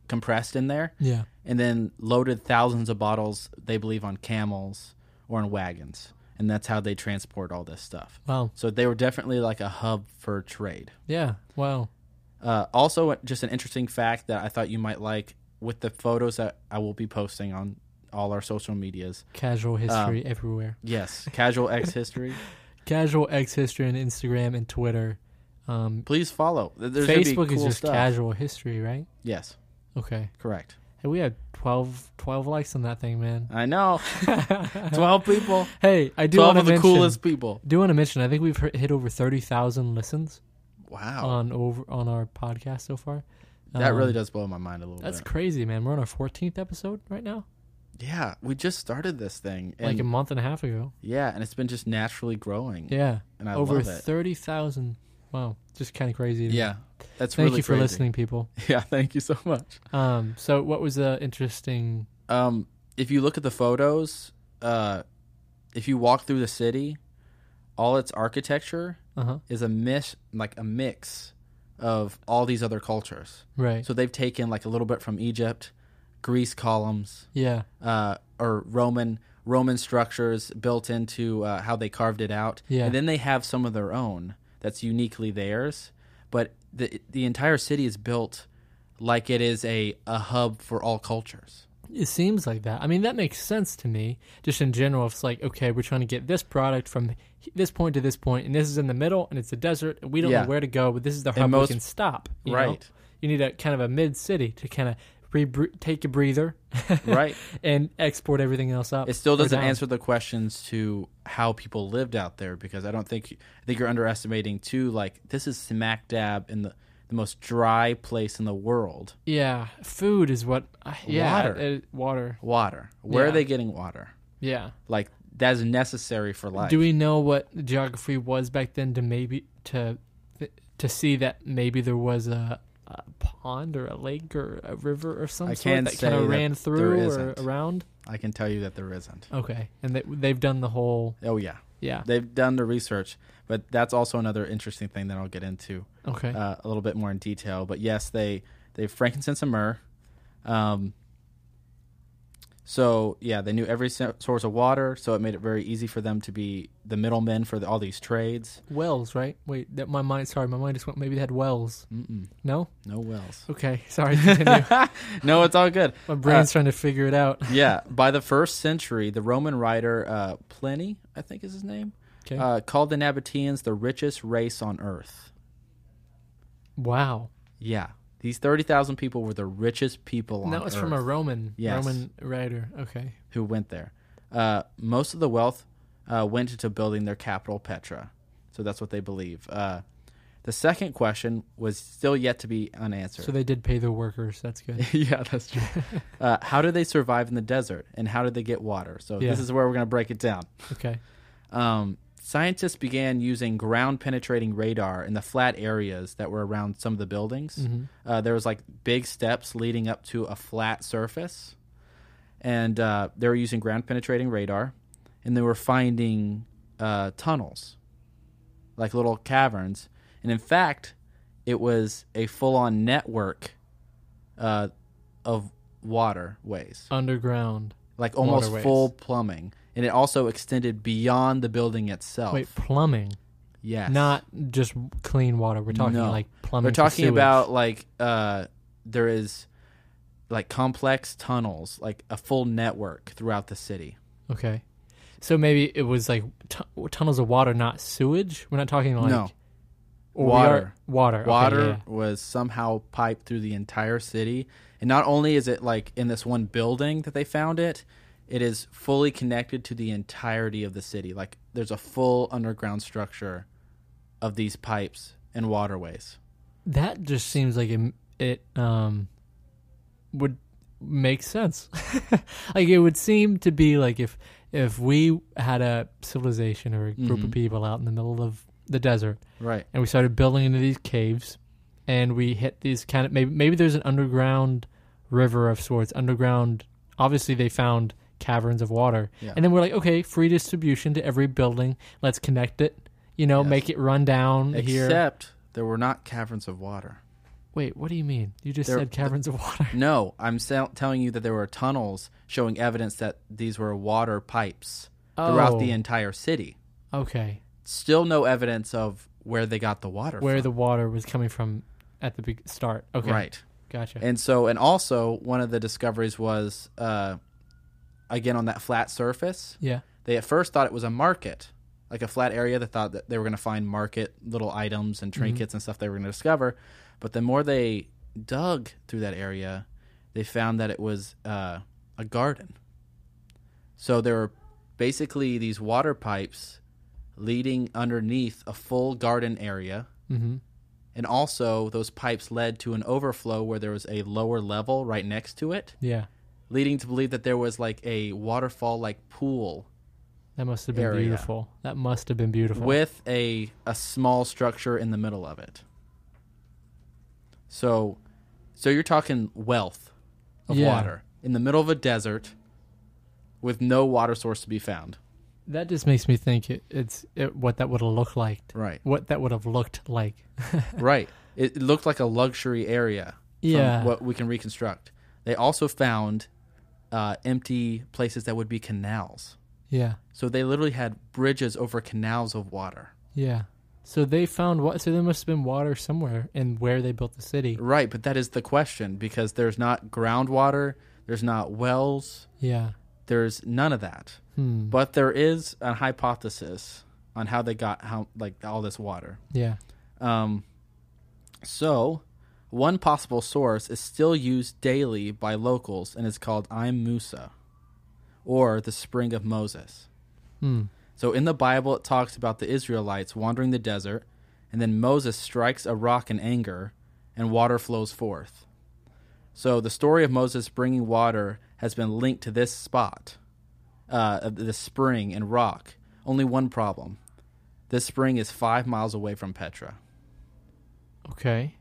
Speaker 1: compressed in there
Speaker 2: yeah.
Speaker 1: and then loaded thousands of bottles they believe on camels or on wagons. And that's how they transport all this stuff.
Speaker 2: Wow.
Speaker 1: So they were definitely like a hub for trade.
Speaker 2: Yeah. Wow.
Speaker 1: Uh, also, just an interesting fact that I thought you might like with the photos that I will be posting on all our social medias.
Speaker 2: Casual
Speaker 1: Um,
Speaker 2: history everywhere.
Speaker 1: Yes, Casual X History.
Speaker 2: Casual X history on Instagram and Twitter. Um,
Speaker 1: Please follow. Th- There's gonna be
Speaker 2: Facebook is
Speaker 1: cool
Speaker 2: just
Speaker 1: stuff.
Speaker 2: casual history, right?
Speaker 1: Yes,
Speaker 2: Okay.
Speaker 1: correct.
Speaker 2: Hey, we had 12, 12 likes on that thing, man.
Speaker 1: I know. 12 people.
Speaker 2: Hey, I do
Speaker 1: 12
Speaker 2: want
Speaker 1: of
Speaker 2: to
Speaker 1: the
Speaker 2: mention.
Speaker 1: coolest people.
Speaker 2: Do want to mention? I think we've hit hit over thirty thousand listens
Speaker 1: Wow.
Speaker 2: on over on our podcast so far.
Speaker 1: Oh. that
Speaker 2: Um,
Speaker 1: really does blow my mind a little
Speaker 2: That's
Speaker 1: bit.
Speaker 2: crazy, man. We're on our fourteenth episode right now,
Speaker 1: Yeah, we just started this thing. And
Speaker 2: like a month and a half ago.
Speaker 1: Yeah, and it's been just naturally growing.
Speaker 2: Yeah,
Speaker 1: and I
Speaker 2: over
Speaker 1: love it.
Speaker 2: thirty thousand. Wow, just kind of crazy. to me.
Speaker 1: yeah, that's
Speaker 2: Thank
Speaker 1: really
Speaker 2: you for
Speaker 1: crazy.
Speaker 2: listening, people.
Speaker 1: Yeah, thank you so much.
Speaker 2: Um, so what was the interesting?
Speaker 1: Um, if you look at the photos, uh, if you walk through the city, all its architecture
Speaker 2: Uh huh.
Speaker 1: is a mix, like a mix of all these other cultures.
Speaker 2: Right.
Speaker 1: So they've taken like a little bit from Egypt, Greece columns,
Speaker 2: yeah.
Speaker 1: uh, or Roman Roman structures built into uh, how they carved it out.
Speaker 2: Yeah.
Speaker 1: And then they have some of their own that's uniquely theirs. But the the entire city is built like it is a, a hub for all cultures.
Speaker 2: It seems like that. I mean, that makes sense to me. Just in general, if it's like, okay, we're trying to get this product from h- this point to this point, and this is in the middle, and it's a desert, and we don't
Speaker 1: Yeah.
Speaker 2: know where to go, but this is the hub we
Speaker 1: most-
Speaker 2: can stop. you know?
Speaker 1: Right.
Speaker 2: You need a kind of a mid city to kind of re- take a breather,
Speaker 1: Right.
Speaker 2: and export everything else up.
Speaker 1: It still
Speaker 2: or
Speaker 1: doesn't
Speaker 2: down.
Speaker 1: answer the questions to how people lived out there because I don't think I think you're underestimating too. Like this is smack dab in the the most dry place in the world.
Speaker 2: Yeah, food is what. Uh, yeah,
Speaker 1: Water.
Speaker 2: uh, water.
Speaker 1: Water. Where
Speaker 2: Yeah.
Speaker 1: are they getting water?
Speaker 2: Yeah.
Speaker 1: Like that is necessary for life.
Speaker 2: Do we know what geography was back then to maybe to to see that maybe there was a, a pond or a lake or a river or some
Speaker 1: I
Speaker 2: sort
Speaker 1: can
Speaker 2: that kind
Speaker 1: say
Speaker 2: of
Speaker 1: that
Speaker 2: ran
Speaker 1: there
Speaker 2: through or
Speaker 1: isn't.
Speaker 2: around?
Speaker 1: I can tell you that there isn't.
Speaker 2: Okay, and they, they've done the whole
Speaker 1: Oh yeah,
Speaker 2: yeah.
Speaker 1: they've done the research, but that's also another interesting thing that I'll get into
Speaker 2: Okay,
Speaker 1: uh, a little bit more in detail. But yes, they they frankincense and myrrh. Um, so yeah, they knew every so- source of water, so it made it very easy for them to be the middlemen for the, all these trades.
Speaker 2: wells, right? Wait, that my mind. Sorry, my mind just went. Maybe they had wells.
Speaker 1: Mm-mm,
Speaker 2: No.
Speaker 1: no wells.
Speaker 2: Okay, sorry. Continue.
Speaker 1: no, it's all good.
Speaker 2: my brain's trying to figure it out.
Speaker 1: Yeah, by the first century, the Roman writer uh, Pliny, I think is his name,
Speaker 2: Okay.
Speaker 1: uh, called the Nabateans the richest race on earth.
Speaker 2: wow.
Speaker 1: Yeah, these thirty thousand people were the richest people on
Speaker 2: And that was
Speaker 1: earth.
Speaker 2: from a Roman
Speaker 1: Yes.
Speaker 2: Roman writer. Okay.
Speaker 1: who went there. Uh, most of the wealth uh, went into building their capital, Petra. So that's what they believe. Uh, the second question was still yet to be unanswered.
Speaker 2: So they did pay their workers. That's good.
Speaker 1: yeah, that's true. uh, how do they survive in the desert, and how did they get water? So
Speaker 2: Yeah.
Speaker 1: this is where we're going to break it down.
Speaker 2: Okay.
Speaker 1: Um, scientists began using ground penetrating radar in the flat areas that were around some of the buildings.
Speaker 2: Mm-hmm.
Speaker 1: Uh, there was like big steps leading up to a flat surface, and uh, they were using ground penetrating radar, and they were finding uh, tunnels, like little caverns. And in fact, it was a full on network uh, of waterways
Speaker 2: Underground.
Speaker 1: like almost
Speaker 2: Waterways.
Speaker 1: full plumbing, and it also extended beyond the building itself.
Speaker 2: Wait, plumbing,
Speaker 1: yes,
Speaker 2: not just clean water. We're talking
Speaker 1: No.
Speaker 2: like plumbing.
Speaker 1: We're
Speaker 2: for
Speaker 1: talking
Speaker 2: sewage.
Speaker 1: about like uh, there is like complex tunnels, like a full network throughout the city.
Speaker 2: Okay, so maybe it was like tu- tunnels of water, not sewage. We're not talking like
Speaker 1: no,
Speaker 2: or we
Speaker 1: Water.
Speaker 2: are- water, Okay,
Speaker 1: water
Speaker 2: yeah.
Speaker 1: was somehow piped through the entire city, and not only is it like in this one building that they found it. It is fully connected to the entirety of the city. Like there's a full underground structure of these pipes and waterways.
Speaker 2: That just seems like it, it um would make sense. like it would seem to be like if if we had a civilization or a group
Speaker 1: Mm-hmm.
Speaker 2: of people out in the middle of the desert
Speaker 1: Right.
Speaker 2: and we started building into these caves and we hit these kind of maybe maybe there's an underground river of sorts underground obviously they found caverns of water
Speaker 1: Yeah.
Speaker 2: and then we're like okay free distribution to every building let's connect it you know
Speaker 1: Yes.
Speaker 2: make it run down here
Speaker 1: Except there were not caverns of water.
Speaker 2: wait what do you mean you just
Speaker 1: There-
Speaker 2: said caverns of water
Speaker 1: No, I'm sel- telling you that there were tunnels showing evidence that these were water pipes
Speaker 2: Oh.
Speaker 1: throughout the entire city.
Speaker 2: okay
Speaker 1: Still no evidence of where they got the water
Speaker 2: where
Speaker 1: from.
Speaker 2: the water was coming from at the big start okay
Speaker 1: Right.
Speaker 2: gotcha
Speaker 1: And so, and also, one of the discoveries was, uh, again, on that flat surface,
Speaker 2: yeah
Speaker 1: they at first thought it was a market, like a flat area that thought that they were going to find market little items and trinkets and stuff they were going to discover. But the more they dug through that area, they found that it was uh, a garden. So there were basically these water pipes leading underneath a full garden area.
Speaker 2: mm-hmm.
Speaker 1: And also, those pipes led to an overflow where there was a lower level right next to it,
Speaker 2: yeah
Speaker 1: leading to believe that there was like a waterfall like pool
Speaker 2: that must have been
Speaker 1: Area.
Speaker 2: beautiful that must have been beautiful
Speaker 1: with a a small structure in the middle of it. So, so you're talking wealth of
Speaker 2: Yeah.
Speaker 1: water in the middle of a desert with no water source to be found.
Speaker 2: That just makes me think it, it's it, what that would have looked like.
Speaker 1: Right.
Speaker 2: What that would have looked like.
Speaker 1: right. It, it looked like a luxury area. From
Speaker 2: Yeah.
Speaker 1: What we can reconstruct. They also found uh, empty places that would be canals.
Speaker 2: Yeah.
Speaker 1: So they literally had bridges over canals of water.
Speaker 2: Yeah. So they found what? So there must have been water somewhere in where they built the city.
Speaker 1: Right, but that is the question because there's not groundwater, there's not wells,
Speaker 2: Yeah.
Speaker 1: there's none of that.
Speaker 2: Hmm.
Speaker 1: But there is a hypothesis on how they got how like all this water.
Speaker 2: Yeah.
Speaker 1: Um, so, one possible source is still used daily by locals and is called I'm Musa or the Spring of Moses.
Speaker 2: Hmm.
Speaker 1: So, in the Bible, it talks about the Israelites wandering the desert, and then Moses strikes a rock in anger, and water flows forth. So, the story of Moses bringing water has been linked to this spot, uh, of the spring and rock. Only one problem this spring is five miles away from Petra.
Speaker 2: Okay.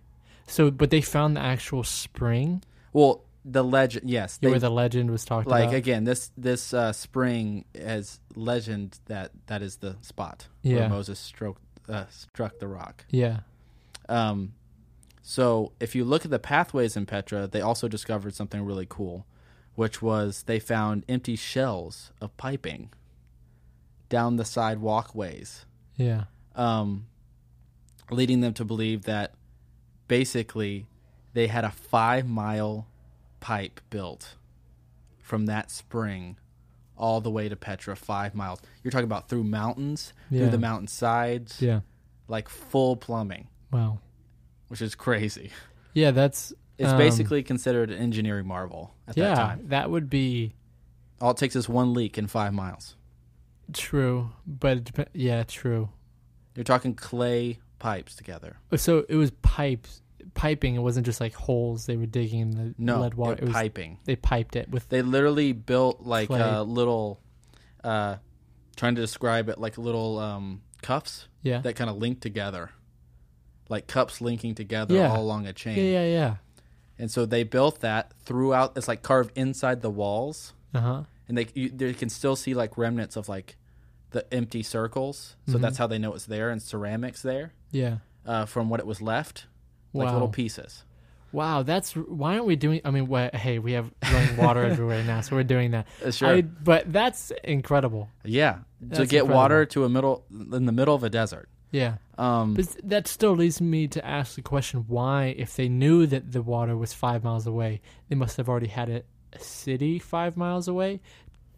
Speaker 2: So, but they found the actual spring
Speaker 1: Well, the legend, yes, they,
Speaker 2: where the legend was talked
Speaker 1: like
Speaker 2: about.
Speaker 1: again this this uh, spring has legend that that is the spot
Speaker 2: Yeah.
Speaker 1: where Moses stroke, uh, struck the rock.
Speaker 2: yeah.
Speaker 1: Um, so if you look at the pathways in Petra, they also discovered something really cool, which was they found empty shells of piping down the side walkways,
Speaker 2: Yeah.
Speaker 1: um, leading them to believe that basically they had a five mile pipe built from that spring all the way to Petra, five miles. You're talking about through mountains,
Speaker 2: Yeah.
Speaker 1: through the mountain sides,
Speaker 2: Yeah.
Speaker 1: like full plumbing,
Speaker 2: Wow.
Speaker 1: which is crazy.
Speaker 2: Yeah. That's.
Speaker 1: It's
Speaker 2: um,
Speaker 1: basically considered an engineering marvel at that
Speaker 2: Yeah.
Speaker 1: time.
Speaker 2: That would be
Speaker 1: All it takes is one leak in five miles.
Speaker 2: true, but it dep- yeah, true.
Speaker 1: You're talking clay pipes together.
Speaker 2: So it was pipes, piping. It wasn't just like holes they were digging in the
Speaker 1: No,
Speaker 2: lead water.
Speaker 1: they're
Speaker 2: It was,
Speaker 1: piping.
Speaker 2: They piped it with.
Speaker 1: They literally built like
Speaker 2: Clay.
Speaker 1: a little, uh, trying to describe it like little um, cuffs
Speaker 2: Yeah.
Speaker 1: that kind of link together, like cups linking together
Speaker 2: Yeah.
Speaker 1: all along a chain.
Speaker 2: yeah. Yeah. Yeah.
Speaker 1: And so they built that throughout. It's like carved inside the walls.
Speaker 2: Uh huh.
Speaker 1: and they you, they can still see like remnants of like the empty circles. So
Speaker 2: Mm-hmm.
Speaker 1: that's how they know it's there and ceramics there
Speaker 2: Yeah.
Speaker 1: uh, from what it was left, like
Speaker 2: Wow.
Speaker 1: little pieces.
Speaker 2: Wow, that's why aren't we doing? I mean, wha- hey, we have running water everywhere now, so we're doing that.
Speaker 1: Uh, sure.
Speaker 2: I, but that's incredible.
Speaker 1: Yeah, to
Speaker 2: That's
Speaker 1: get water to a middle in the middle of a desert.
Speaker 2: Yeah,
Speaker 1: Um,
Speaker 2: but s- that still leads me to ask the question: Why, if they knew that the water was five miles away, they must have already had a, a city five miles away?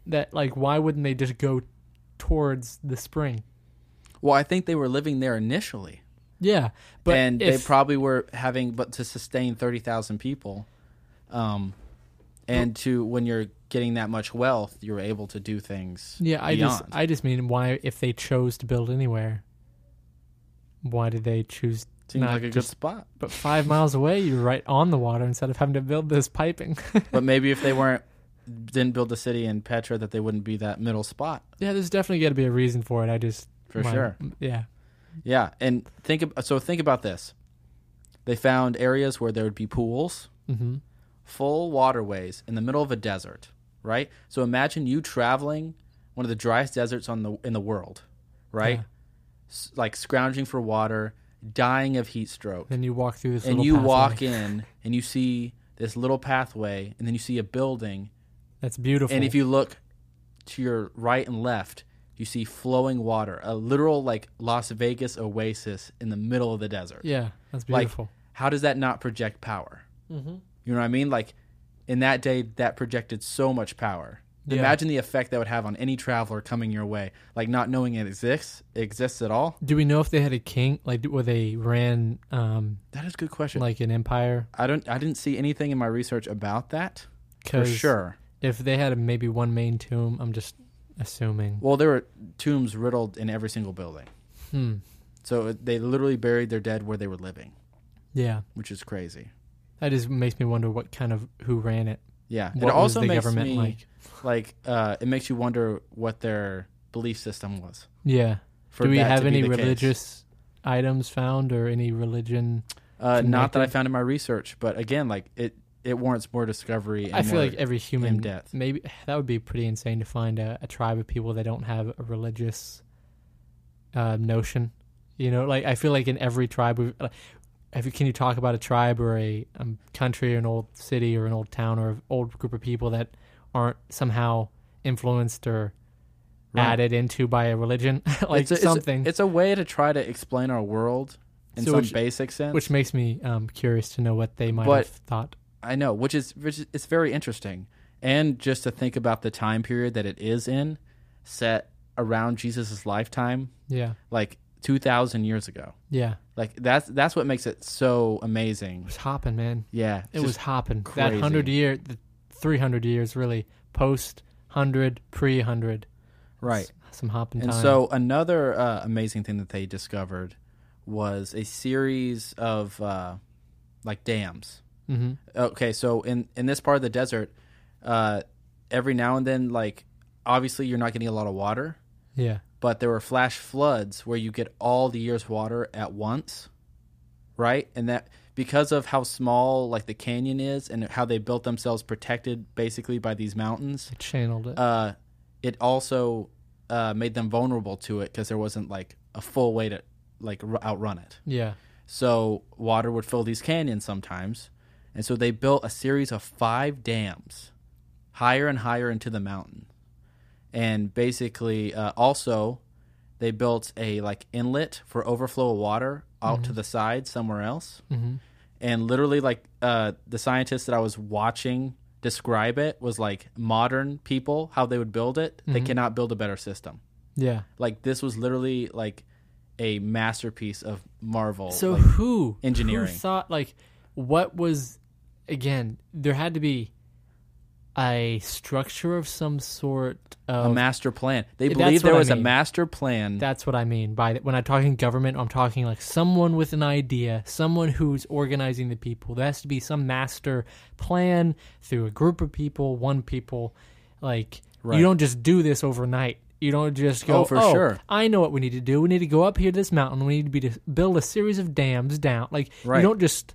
Speaker 2: That like, why wouldn't they just go towards the spring?
Speaker 1: well, I think they were living there initially,
Speaker 2: Yeah, but
Speaker 1: and
Speaker 2: if,
Speaker 1: they probably were having, but to sustain thirty thousand people, um, and to when you're getting that much wealth, you're able to do things.
Speaker 2: yeah, I
Speaker 1: beyond.
Speaker 2: just I just mean why if they chose to build anywhere, why did they choose?
Speaker 1: seems
Speaker 2: not
Speaker 1: like a good
Speaker 2: just
Speaker 1: spot.
Speaker 2: But five miles away, you're right on the water instead of having to build this piping.
Speaker 1: But maybe if they weren't didn't build the city in Petra, that they wouldn't be that middle spot
Speaker 2: yeah, there's definitely got to be a reason for it. I just
Speaker 1: for
Speaker 2: my-
Speaker 1: sure.
Speaker 2: Yeah,
Speaker 1: Yeah, and think ab- so. Think about this: they found areas where there would be pools,
Speaker 2: hmm
Speaker 1: full waterways in the middle of a desert. Right. So imagine you traveling one of the driest deserts on the in the world, right?
Speaker 2: Yeah.
Speaker 1: S- like scrounging for water, dying of heat stroke,
Speaker 2: Then you walk through this,
Speaker 1: and
Speaker 2: little
Speaker 1: you
Speaker 2: pathway.
Speaker 1: walk in and you see this little pathway, and then you see a building,
Speaker 2: That's beautiful.
Speaker 1: And if you look to your right and left, you see flowing water, a literal like Las Vegas oasis in the middle of the desert.
Speaker 2: yeah, that's
Speaker 1: like-
Speaker 2: beautiful.
Speaker 1: How does that not project power?
Speaker 2: hmm
Speaker 1: You know what I mean? Like in that day, that projected so much power.
Speaker 2: Yeah.
Speaker 1: Imagine the effect that would have on any traveler coming your way, like not knowing it exists exists at all.
Speaker 2: Do we know if they had a king, like where they ran, um,
Speaker 1: That is a good question.
Speaker 2: like an empire?
Speaker 1: I don't. I didn't see anything in my research about that for
Speaker 2: 'Cause
Speaker 1: sure.
Speaker 2: If they had maybe one main tomb, I'm just assuming.
Speaker 1: Well, there were tombs riddled in every single building,
Speaker 2: Hmm.
Speaker 1: so they literally buried their dead where they were living,
Speaker 2: Yeah,
Speaker 1: which is crazy.
Speaker 2: that just makes me wonder what kind of who ran it.
Speaker 1: Yeah,
Speaker 2: What
Speaker 1: it
Speaker 2: was
Speaker 1: also
Speaker 2: the
Speaker 1: makes
Speaker 2: government
Speaker 1: me like,
Speaker 2: like?
Speaker 1: uh, it makes you wonder what their belief system was.
Speaker 2: Yeah.
Speaker 1: For
Speaker 2: Do we
Speaker 1: that
Speaker 2: have
Speaker 1: to be
Speaker 2: any
Speaker 1: the case.
Speaker 2: religious items found or any religion?
Speaker 1: Uh, not that I
Speaker 2: connected?
Speaker 1: found in my research, but again, like it, it warrants more discovery. And
Speaker 2: I feel
Speaker 1: more-
Speaker 2: like every human
Speaker 1: depth.
Speaker 2: Maybe that would be pretty insane to find a, a tribe of people that don't have a religious uh, notion. You know, like I feel like in every tribe, we've, like, have you, can you talk about a tribe or a um, country or an old city or an old town or an old group of people that aren't somehow influenced or
Speaker 1: Right.
Speaker 2: added into by a religion, like
Speaker 1: it's a, it's a-
Speaker 2: something,
Speaker 1: It's a, way to try to explain our world in
Speaker 2: So
Speaker 1: some
Speaker 2: which-
Speaker 1: basic sense.
Speaker 2: which makes me um, curious to know what they might
Speaker 1: But-
Speaker 2: have thought.
Speaker 1: I know, which is, which is it's very interesting, and just to think about the time period that it is in, set around Jesus' lifetime,
Speaker 2: Yeah,
Speaker 1: like two thousand years ago.
Speaker 2: yeah,
Speaker 1: Like that's that's what makes it so amazing.
Speaker 2: it was hopping, man.
Speaker 1: Yeah,
Speaker 2: It was hopping. That
Speaker 1: crazy.
Speaker 2: hundred year, the three hundred years, really post hundred, pre hundred,
Speaker 1: right.
Speaker 2: Some hopping
Speaker 1: And
Speaker 2: time.
Speaker 1: so another uh, amazing thing that they discovered was a series of uh, like dams.
Speaker 2: Mhm.
Speaker 1: Okay, so in in this part of the desert, uh, every now and then, like obviously you're not getting a lot of water,
Speaker 2: yeah,
Speaker 1: but there were flash floods where you get all the year's water at once, right? And that because of how small like the canyon is and how they built themselves protected basically by these mountains,
Speaker 2: it channeled it.
Speaker 1: uh, it also uh, made them vulnerable to it because there wasn't like a full way to like r- outrun it.
Speaker 2: yeah,
Speaker 1: So water would fill these canyons sometimes, and so they built a series of five dams, higher and higher into the mountain, and basically uh, also they built a like inlet for overflow of water out to the side somewhere else
Speaker 2: hmm
Speaker 1: and literally like uh, the scientists that I was watching describe it was like modern people how they would build it they cannot build a better system
Speaker 2: yeah.
Speaker 1: like this was literally like a masterpiece of Marvel
Speaker 2: So
Speaker 1: oh, like,
Speaker 2: who
Speaker 1: engineering.
Speaker 2: who thought like what was again? There had to be a structure of some sort.
Speaker 1: a
Speaker 2: Of,
Speaker 1: master plan they
Speaker 2: That's
Speaker 1: believe there
Speaker 2: what I
Speaker 1: was a
Speaker 2: mean.
Speaker 1: master plan
Speaker 2: that's what I mean by when I'm talking government. I'm talking like someone with an idea, someone who's organizing the people. There has to be some master plan through a group of people, one people. Like
Speaker 1: Right.
Speaker 2: you don't just do this overnight. You don't just go.
Speaker 1: Oh, for sure.
Speaker 2: I know what we need to do. We need to go up here to this mountain. We need to be to build a series of dams down. Like
Speaker 1: Right.
Speaker 2: you don't just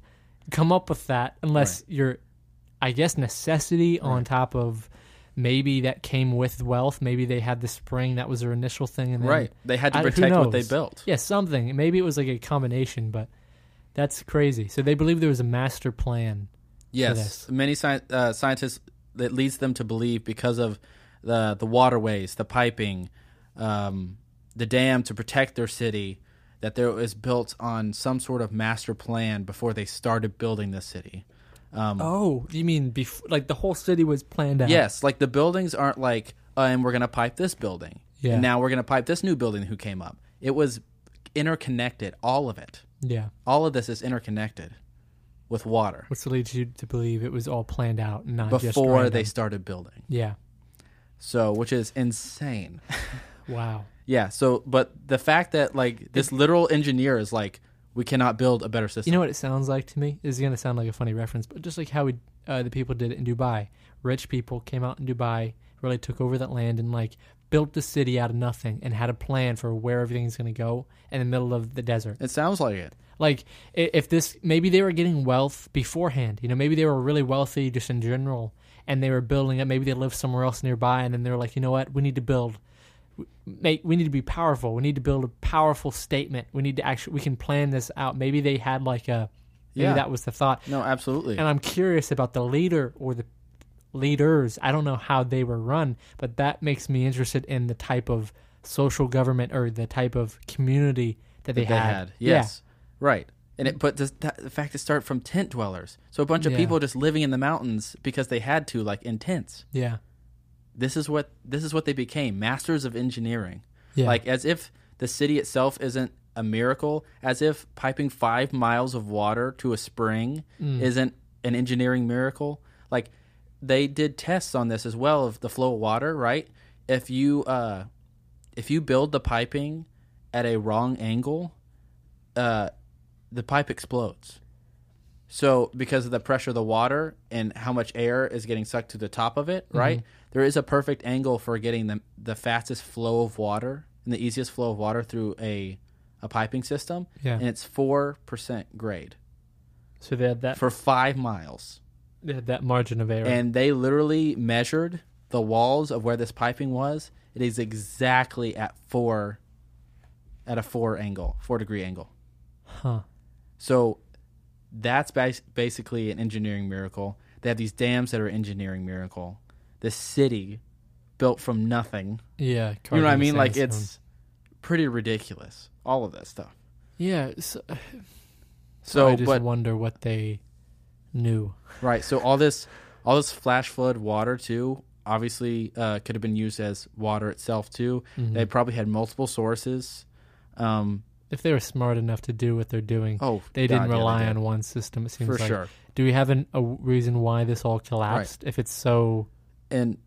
Speaker 2: come up with that unless you're, I guess, necessity on top of maybe that came with wealth. Maybe they had the spring that was their initial thing, and then,
Speaker 1: right they had to
Speaker 2: I- who
Speaker 1: protect what they
Speaker 2: knows?
Speaker 1: built
Speaker 2: Yeah, something. Maybe it was like a combination, but that's crazy. So they believe there was a master plan.
Speaker 1: yes
Speaker 2: this.
Speaker 1: many sci- uh, scientists that leads them to believe because of the the waterways the piping um, the dam to protect their city that there was built on some sort of master plan before they started building the city
Speaker 2: Oh, you mean bef- like the whole city was planned out?
Speaker 1: yes like the buildings aren't like uh, and we're gonna pipe this building
Speaker 2: Yeah.
Speaker 1: and now we're gonna pipe this new building who came up it was interconnected all of it
Speaker 2: Yeah.
Speaker 1: all of this is interconnected with water
Speaker 2: Which leads you to believe it was all planned out, not just
Speaker 1: before they
Speaker 2: random.
Speaker 1: started building
Speaker 2: Yeah.
Speaker 1: so which is insane
Speaker 2: Wow.
Speaker 1: Yeah. So, but the fact that like this literal engineer is like, we cannot build a better
Speaker 2: You
Speaker 1: system.
Speaker 2: know what it sounds like to me? This is going to sound like a funny reference, but just like how we, uh, the people did it in Dubai. Rich people came out in Dubai, really took over that land and like built the city out of nothing and had a plan for where everything's going to go in the middle of the desert.
Speaker 1: it sounds like it.
Speaker 2: Like i- if this, maybe they were getting wealth beforehand. You know, maybe they were really wealthy just in general, and they were building it. Maybe they lived somewhere else nearby, and then they were like, you know what, we need to build. w- Make we need to be powerful. We need to build a powerful statement. We need to actually we can plan this out. Maybe they had like a maybe
Speaker 1: Yeah.
Speaker 2: that was the thought.
Speaker 1: No, absolutely.
Speaker 2: And I'm curious about the leader or the leaders. I don't know how they were run, but that makes me interested in the type of social government or the type of community that they,
Speaker 1: They had. Yes. Right. And it, but does that, the fact it started from tent dwellers. So a bunch of
Speaker 2: Yeah.
Speaker 1: people just living in the mountains because they had to, like in tents.
Speaker 2: Yeah. Yeah.
Speaker 1: This is what this is what they became, masters of engineering.
Speaker 2: Yeah.
Speaker 1: Like as if the city itself isn't a miracle, as if piping five miles of water to a spring isn't an engineering miracle. Like they did tests on this as well of the flow of water, right? If you uh, if you build the piping at a wrong angle, uh, the pipe explodes. So because of the pressure of the water and how much air is getting sucked to the top of it, right? There is a perfect angle for getting the the fastest flow of water and the easiest flow of water through a a piping system.
Speaker 2: Yeah.
Speaker 1: And it's four percent grade
Speaker 2: So they had that
Speaker 1: for five miles.
Speaker 2: they had that margin of error.
Speaker 1: And they literally measured the walls of where this piping was. It is exactly at four at a four angle, four degree angle.
Speaker 2: huh.
Speaker 1: So that's bas- basically an engineering miracle. They have these dams that are engineering miracle. this city built from nothing.
Speaker 2: Yeah,
Speaker 1: You know what I
Speaker 2: carved
Speaker 1: mean?
Speaker 2: in
Speaker 1: Like
Speaker 2: sandstone.
Speaker 1: it's pretty ridiculous. All of that stuff.
Speaker 2: yeah. So,
Speaker 1: So,
Speaker 2: I just
Speaker 1: but
Speaker 2: wonder what they knew.
Speaker 1: right, so all this, all this flash flood water too. Obviously, uh, could have been used as water itself too.
Speaker 2: Mm-hmm.
Speaker 1: They probably had multiple sources. Um,
Speaker 2: If they were smart enough to do what they're doing,
Speaker 1: oh,
Speaker 2: they
Speaker 1: God,
Speaker 2: didn't
Speaker 1: yeah,
Speaker 2: rely
Speaker 1: did.
Speaker 2: on one system. It seems
Speaker 1: for
Speaker 2: like.
Speaker 1: sure.
Speaker 2: Do we have an, a reason why this all collapsed? If it's so,
Speaker 1: And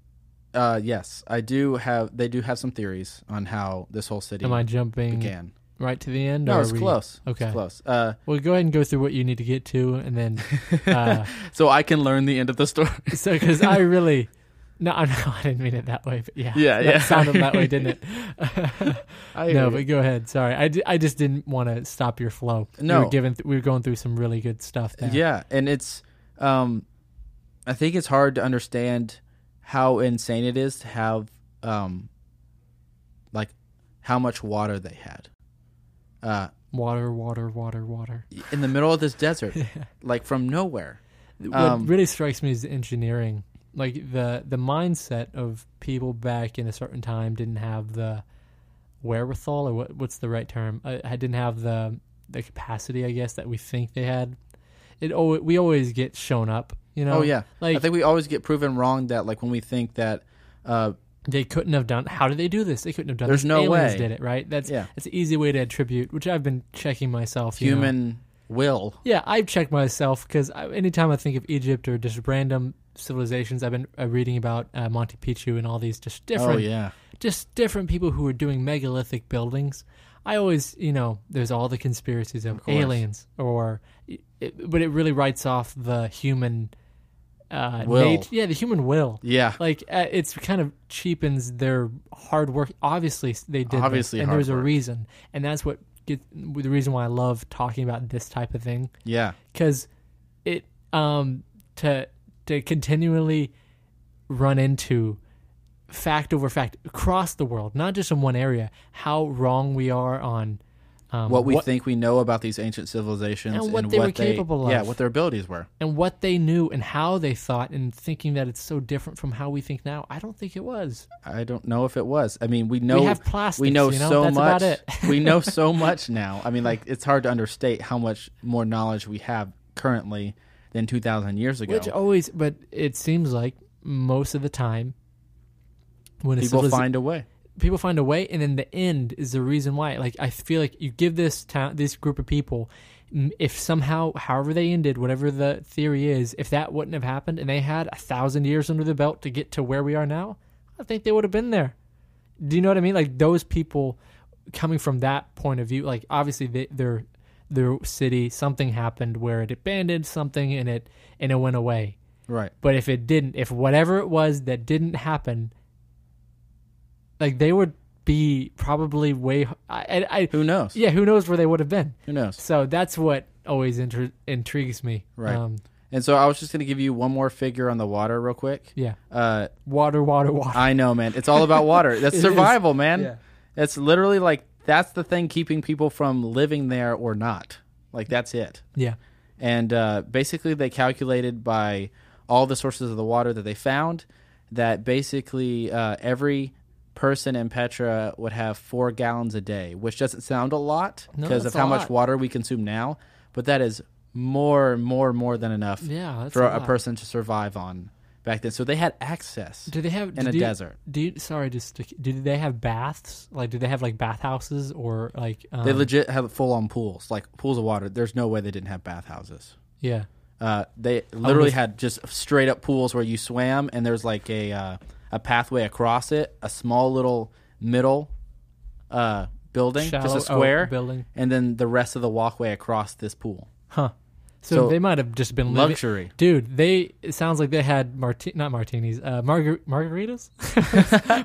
Speaker 1: uh, yes, I do have. They do have some theories on how this whole city
Speaker 2: am I jumping
Speaker 1: began.
Speaker 2: right to the end?
Speaker 1: No,
Speaker 2: or
Speaker 1: it's
Speaker 2: are we-
Speaker 1: close.
Speaker 2: Okay.
Speaker 1: it's close. Uh,
Speaker 2: Well, go ahead and go through what you need to get to, and then uh,
Speaker 1: so I can learn the end of the story.
Speaker 2: so because I really. No, I- no, I didn't mean it that way. But yeah,
Speaker 1: Yeah,
Speaker 2: that
Speaker 1: yeah.
Speaker 2: sounded that way, didn't it?
Speaker 1: I
Speaker 2: no,
Speaker 1: hear
Speaker 2: but go ahead. Sorry, I, di- I just didn't want to stop your flow. we
Speaker 1: No.
Speaker 2: were giving th- we were going through some really good stuff. There.
Speaker 1: Yeah, and it's um I think it's hard to understand how insane it is to have um like how much water they had. Uh
Speaker 2: water, water, water, water.
Speaker 1: in the middle of this desert, like from nowhere. Um,
Speaker 2: what really strikes me is engineering. Like the the mindset of people back in a certain time didn't have the wherewithal, or what, what's the right term? I, I didn't have the the capacity, I guess, that we think they had. It al- we always get shown up, you know.
Speaker 1: oh yeah. I
Speaker 2: like
Speaker 1: think we always get proven wrong that like when we think that uh
Speaker 2: they couldn't have done. How did they do this? They couldn't have done.
Speaker 1: There's
Speaker 2: this.
Speaker 1: no
Speaker 2: Aliens
Speaker 1: way.
Speaker 2: did it, right? That's
Speaker 1: Yeah.
Speaker 2: that's an easy way to attribute, which I've been checking myself. you know.
Speaker 1: human will
Speaker 2: Yeah, I've checked myself because anytime I think of Egypt or just random civilizations, I've been uh, reading about uh, Monte Picchu and all these just different,
Speaker 1: Oh yeah.
Speaker 2: just different people who are doing megalithic buildings. I always, you know, there's all the conspiracies of,
Speaker 1: course.
Speaker 2: aliens, or it, but it really writes off the human uh,
Speaker 1: Will.
Speaker 2: nat- yeah, the human will.
Speaker 1: Yeah.
Speaker 2: Like uh, it's kind of cheapens their hard work. Obviously, they did. this,
Speaker 1: Obviously
Speaker 2: and
Speaker 1: hard
Speaker 2: there's a
Speaker 1: work.
Speaker 2: reason, and that's what get, the reason why I love talking about this type of thing
Speaker 1: Yeah.
Speaker 2: because it um to to continually run into fact over fact across the world not just in one area how wrong we are on um,
Speaker 1: What we think we know about these ancient civilizations
Speaker 2: And what they were capable of.
Speaker 1: Yeah, what their abilities were.
Speaker 2: and what they knew and how they thought and thinking that it's so different from how we think now i don't think it was
Speaker 1: I don't know if it was. I mean, we know
Speaker 2: we have plastics
Speaker 1: we know,
Speaker 2: you
Speaker 1: so
Speaker 2: that's
Speaker 1: much.
Speaker 2: about it
Speaker 1: we know so much now. I mean, like it's hard to understate how much more knowledge we have currently than 2,000 years ago.
Speaker 2: which always but it seems like most of the time when a
Speaker 1: People
Speaker 2: civiliz-
Speaker 1: find a way.
Speaker 2: people find a way and then the end is the reason why like i feel like you give this town this group of people m- if somehow however they ended whatever the theory is if that wouldn't have happened and they had a thousand years under the belt to get to where we are now i think they would have been there do you know what i mean like those people coming from that point of view like obviously they, their their city something happened where it abandoned something and it and it went away
Speaker 1: Right.
Speaker 2: but if it didn't, if whatever it was that didn't happen, like they would be probably way. I, I, I
Speaker 1: Who knows?
Speaker 2: yeah, who knows where they would have been?
Speaker 1: Who knows?
Speaker 2: So that's what always intri- intrigues me.
Speaker 1: Right.
Speaker 2: Um,
Speaker 1: And so I was just going to give you one more figure on the water real quick.
Speaker 2: yeah.
Speaker 1: Uh,
Speaker 2: Water, water, water.
Speaker 1: I know, man. It's all about water. That's
Speaker 2: It is.
Speaker 1: survival, man.
Speaker 2: Yeah.
Speaker 1: It's literally like that's the thing keeping people from living there or not. Like that's it.
Speaker 2: yeah.
Speaker 1: and uh, basically they calculated by all the sources of the water that they found that basically uh, every person in Petra would have four gallons a day, which doesn't sound a lot
Speaker 2: No,
Speaker 1: because of
Speaker 2: that's a
Speaker 1: how much
Speaker 2: lot.
Speaker 1: water we consume now, but that is more, more, more than enough
Speaker 2: Yeah. That's
Speaker 1: for a,
Speaker 2: a, lot.
Speaker 1: person to survive on back then. So they had access
Speaker 2: Do they have
Speaker 1: in a
Speaker 2: did you-
Speaker 1: desert.
Speaker 2: Do you, sorry, just to, do they have baths? Like, do they have like bathhouses or like? Um,
Speaker 1: They legit had full on pools, like pools of water. There's no way they didn't have bathhouses.
Speaker 2: yeah.
Speaker 1: Uh, they literally
Speaker 2: if-
Speaker 1: had just straight up pools where you swam, and there's like a uh, a pathway across it, a small little middle uh, building,
Speaker 2: Shallow
Speaker 1: just a
Speaker 2: oh,
Speaker 1: square,
Speaker 2: building.
Speaker 1: and then the rest of the walkway across this pool.
Speaker 2: Huh. So,
Speaker 1: So-
Speaker 2: they might have just been living,
Speaker 1: Luxury.
Speaker 2: Dude, they it sounds like they had marti- not martinis, uh, margar- margaritas.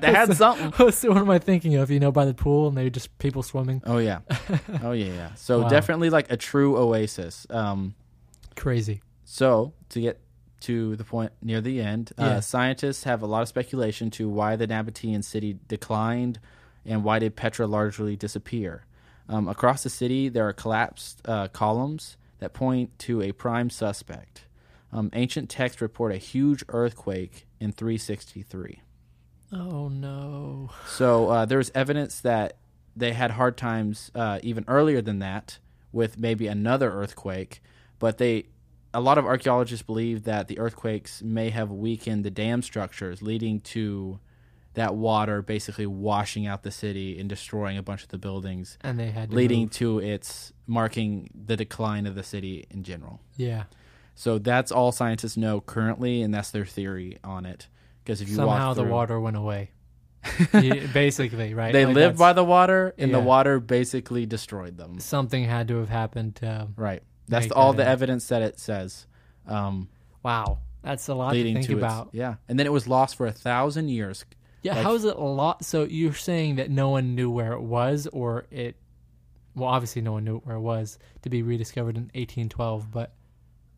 Speaker 1: They had something.
Speaker 2: What's the- what am I thinking of? You know, by the pool, and they were just people swimming.
Speaker 1: Oh yeah, oh yeah, yeah. So
Speaker 2: Wow.
Speaker 1: definitely like a true oasis. Um,
Speaker 2: Crazy.
Speaker 1: So, to get to the point near the end,
Speaker 2: Yeah.
Speaker 1: uh, scientists have a lot of speculation to why the Nabatean city declined and why did Petra largely disappear. Um, across the city, there are collapsed uh, columns that point to a prime suspect. Um, ancient texts report a huge earthquake in 363.
Speaker 2: Oh no.
Speaker 1: So uh, there was evidence that they had hard times uh, even earlier than that with maybe another earthquake, but they a lot of archaeologists believe that the earthquakes may have weakened the dam structures, leading to that water basically washing out the city and destroying a bunch of the buildings,
Speaker 2: And they had to
Speaker 1: leading
Speaker 2: move.
Speaker 1: to its marking the decline of the city in general.
Speaker 2: Yeah.
Speaker 1: So that's all scientists know currently, and that's their theory on it. Because if you walk
Speaker 2: Somehow the
Speaker 1: through-
Speaker 2: water went away. Yeah, basically, right?
Speaker 1: they
Speaker 2: Like,
Speaker 1: lived by
Speaker 2: that's-
Speaker 1: the water, and
Speaker 2: yeah.
Speaker 1: the water basically destroyed them.
Speaker 2: something had to have happened to um,
Speaker 1: Right. That's
Speaker 2: Make
Speaker 1: all
Speaker 2: that
Speaker 1: the
Speaker 2: up.
Speaker 1: evidence that it says. Um,
Speaker 2: Wow. That's a lot
Speaker 1: leading
Speaker 2: to think
Speaker 1: to its-
Speaker 2: about.
Speaker 1: yeah, and then it was lost for a thousand years.
Speaker 2: Yeah,
Speaker 1: Like-
Speaker 2: how is it a lot? So you're saying that no one knew where it was, or it? Well, obviously no one knew where it was to be rediscovered in 1812. But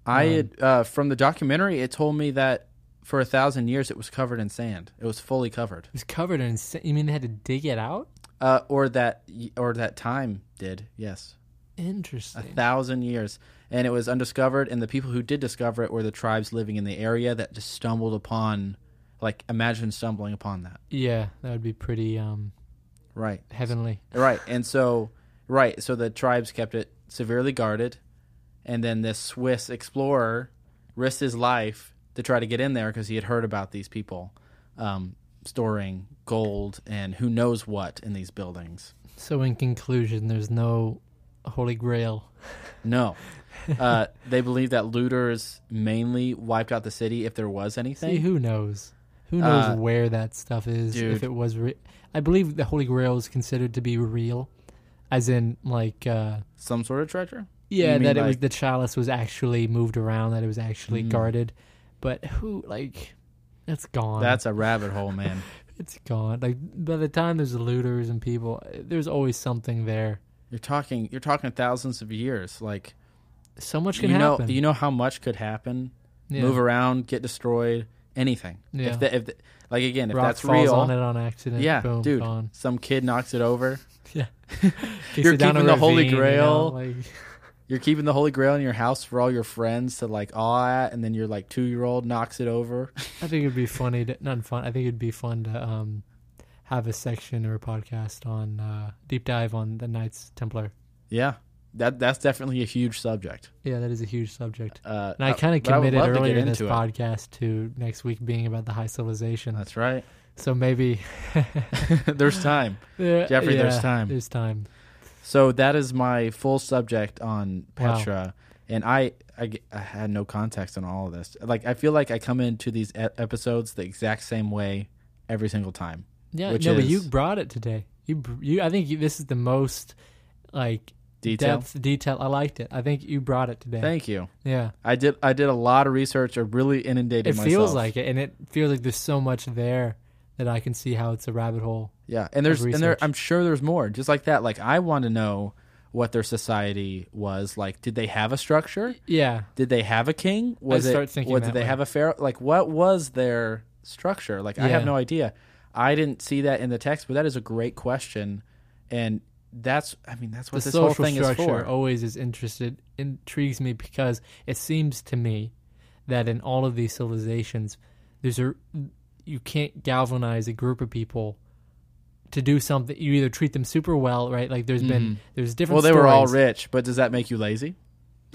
Speaker 1: I
Speaker 2: Um,
Speaker 1: had uh, from the documentary, it told me that for a thousand years it was covered in sand. It was fully covered,
Speaker 2: it was covered in. sa- You mean they had to dig it out?
Speaker 1: uh, or that or that time did. Yes, a
Speaker 2: Interesting.
Speaker 1: thousand years, and it was undiscovered. And the people who did discover it were the tribes living in the area that just stumbled upon, like imagine stumbling upon that.
Speaker 2: yeah, that would be pretty um
Speaker 1: Right.
Speaker 2: heavenly.
Speaker 1: Right. And so, right. So the tribes kept it severely guarded. And then this Swiss explorer risked his life to try to get in there because he had heard about these people um, storing gold and who knows what in these buildings.
Speaker 2: So in conclusion, there's no holy grail.
Speaker 1: No. Uh, they believe that looters mainly wiped out the city if there was
Speaker 2: See,
Speaker 1: anything.
Speaker 2: who knows? Who knows
Speaker 1: Uh,
Speaker 2: where that stuff is?
Speaker 1: dude.
Speaker 2: If it was, re- I believe the holy grail is considered to be real, as in like. uh
Speaker 1: Some sort of treasure? You
Speaker 2: Yeah,
Speaker 1: mean,
Speaker 2: that it was
Speaker 1: like- Mm.
Speaker 2: the chalice was actually moved around, that it was actually guarded. But who like it's gone.
Speaker 1: That's a rabbit hole, man.
Speaker 2: it's gone. Like by the time there's looters and people, there's always something there.
Speaker 1: You're talking. You're talking thousands of years. Like
Speaker 2: So much
Speaker 1: you
Speaker 2: can
Speaker 1: know,
Speaker 2: happen.
Speaker 1: you know how much could happen
Speaker 2: yeah.
Speaker 1: move around, get destroyed, anything.
Speaker 2: Yeah.
Speaker 1: If, the, if the, like again, if
Speaker 2: Rock
Speaker 1: that's
Speaker 2: falls
Speaker 1: real,
Speaker 2: on it on accident.
Speaker 1: yeah,
Speaker 2: boom,
Speaker 1: dude,
Speaker 2: gone.
Speaker 1: some kid knocks it over.
Speaker 2: Kicks
Speaker 1: you're
Speaker 2: it down a
Speaker 1: keeping the Holy
Speaker 2: ravine, you know,
Speaker 1: Grail.
Speaker 2: like-
Speaker 1: You're keeping the Holy Grail in your house for all your friends to like awe at, and then your like two year old knocks it over.
Speaker 2: I think it'd be funny. To, not fun. I think it'd be fun to um have a section or a podcast on uh, deep dive on the Knights Templar.
Speaker 1: yeah, that that's definitely a huge subject.
Speaker 2: Yeah, that is a huge subject.
Speaker 1: Uh,
Speaker 2: And I kind of
Speaker 1: but would
Speaker 2: committed
Speaker 1: love to get
Speaker 2: earlier in this
Speaker 1: into it.
Speaker 2: podcast to next week being about the high civilization.
Speaker 1: That's right.
Speaker 2: so maybe
Speaker 1: there's time.
Speaker 2: there-
Speaker 1: Jeffrey, there's time.
Speaker 2: There's time.
Speaker 1: So that is my full subject on
Speaker 2: Wow.
Speaker 1: Petra, and I, I g- I had no context on all of this. Like I feel like I come into these e- episodes the exact same way every single time.
Speaker 2: Yeah,
Speaker 1: Which
Speaker 2: no, but
Speaker 1: is-
Speaker 2: you brought it today. You, br- you. I think you, this is the most like
Speaker 1: Detail.
Speaker 2: depth detail. I liked it. I think you brought it today.
Speaker 1: Thank you.
Speaker 2: yeah,
Speaker 1: I did. I did a lot of research. I really inundated.
Speaker 2: it
Speaker 1: myself.
Speaker 2: feels like it, and it feels like there's so much there that I can see how it's a rabbit hole.
Speaker 1: yeah, and there's
Speaker 2: of
Speaker 1: and there.
Speaker 2: research.
Speaker 1: I'm sure there's more. Just like that. Like I want to know what their society was like. Did they have a structure?
Speaker 2: Yeah,
Speaker 1: Did they have a king? Was
Speaker 2: start
Speaker 1: it?
Speaker 2: thinking
Speaker 1: what,
Speaker 2: that
Speaker 1: did they
Speaker 2: way.
Speaker 1: have a pharaoh? Like what was their structure? Like I have
Speaker 2: Yeah.
Speaker 1: no idea. I didn't see that in the text, but that is a great question, and that's. I mean, that's what
Speaker 2: the
Speaker 1: this
Speaker 2: social
Speaker 1: whole thing is
Speaker 2: structure Oh,
Speaker 1: for.
Speaker 2: always is interested intrigues me because it seems to me that in all of these civilizations there's a you can't galvanize a group of people to do something you either treat them super well right like there's been there's different
Speaker 1: Mm-hmm. Well, they were all
Speaker 2: stories.
Speaker 1: rich, but does that make you lazy?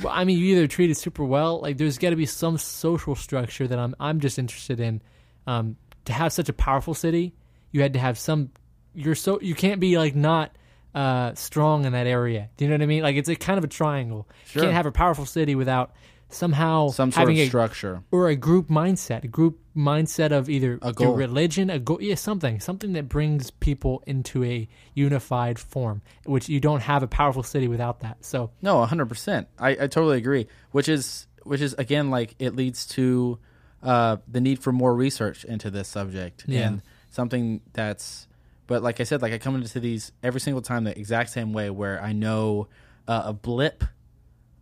Speaker 2: well, i mean you either treat it super well like there's got to be some social structure that i'm i'm just interested in um to have such a powerful city you had to have some you're so you can't be like not uh strong in that area do you know what i mean like it's a kind of a triangle
Speaker 1: Sure.
Speaker 2: you can't have a powerful city without somehow
Speaker 1: Some sort
Speaker 2: having
Speaker 1: of
Speaker 2: a
Speaker 1: structure.
Speaker 2: or a group mindset a group mindset of either
Speaker 1: A
Speaker 2: your
Speaker 1: goal.
Speaker 2: religion a goal yeah something something that brings people into a unified form which you don't have a powerful city without that so
Speaker 1: No, hundred percent. I, I totally agree. Which is which is again like it leads to uh, the need for more research into this subject
Speaker 2: Yeah.
Speaker 1: and something that's. But like I said, like I come into these every single time the exact same way, where I know uh, a blip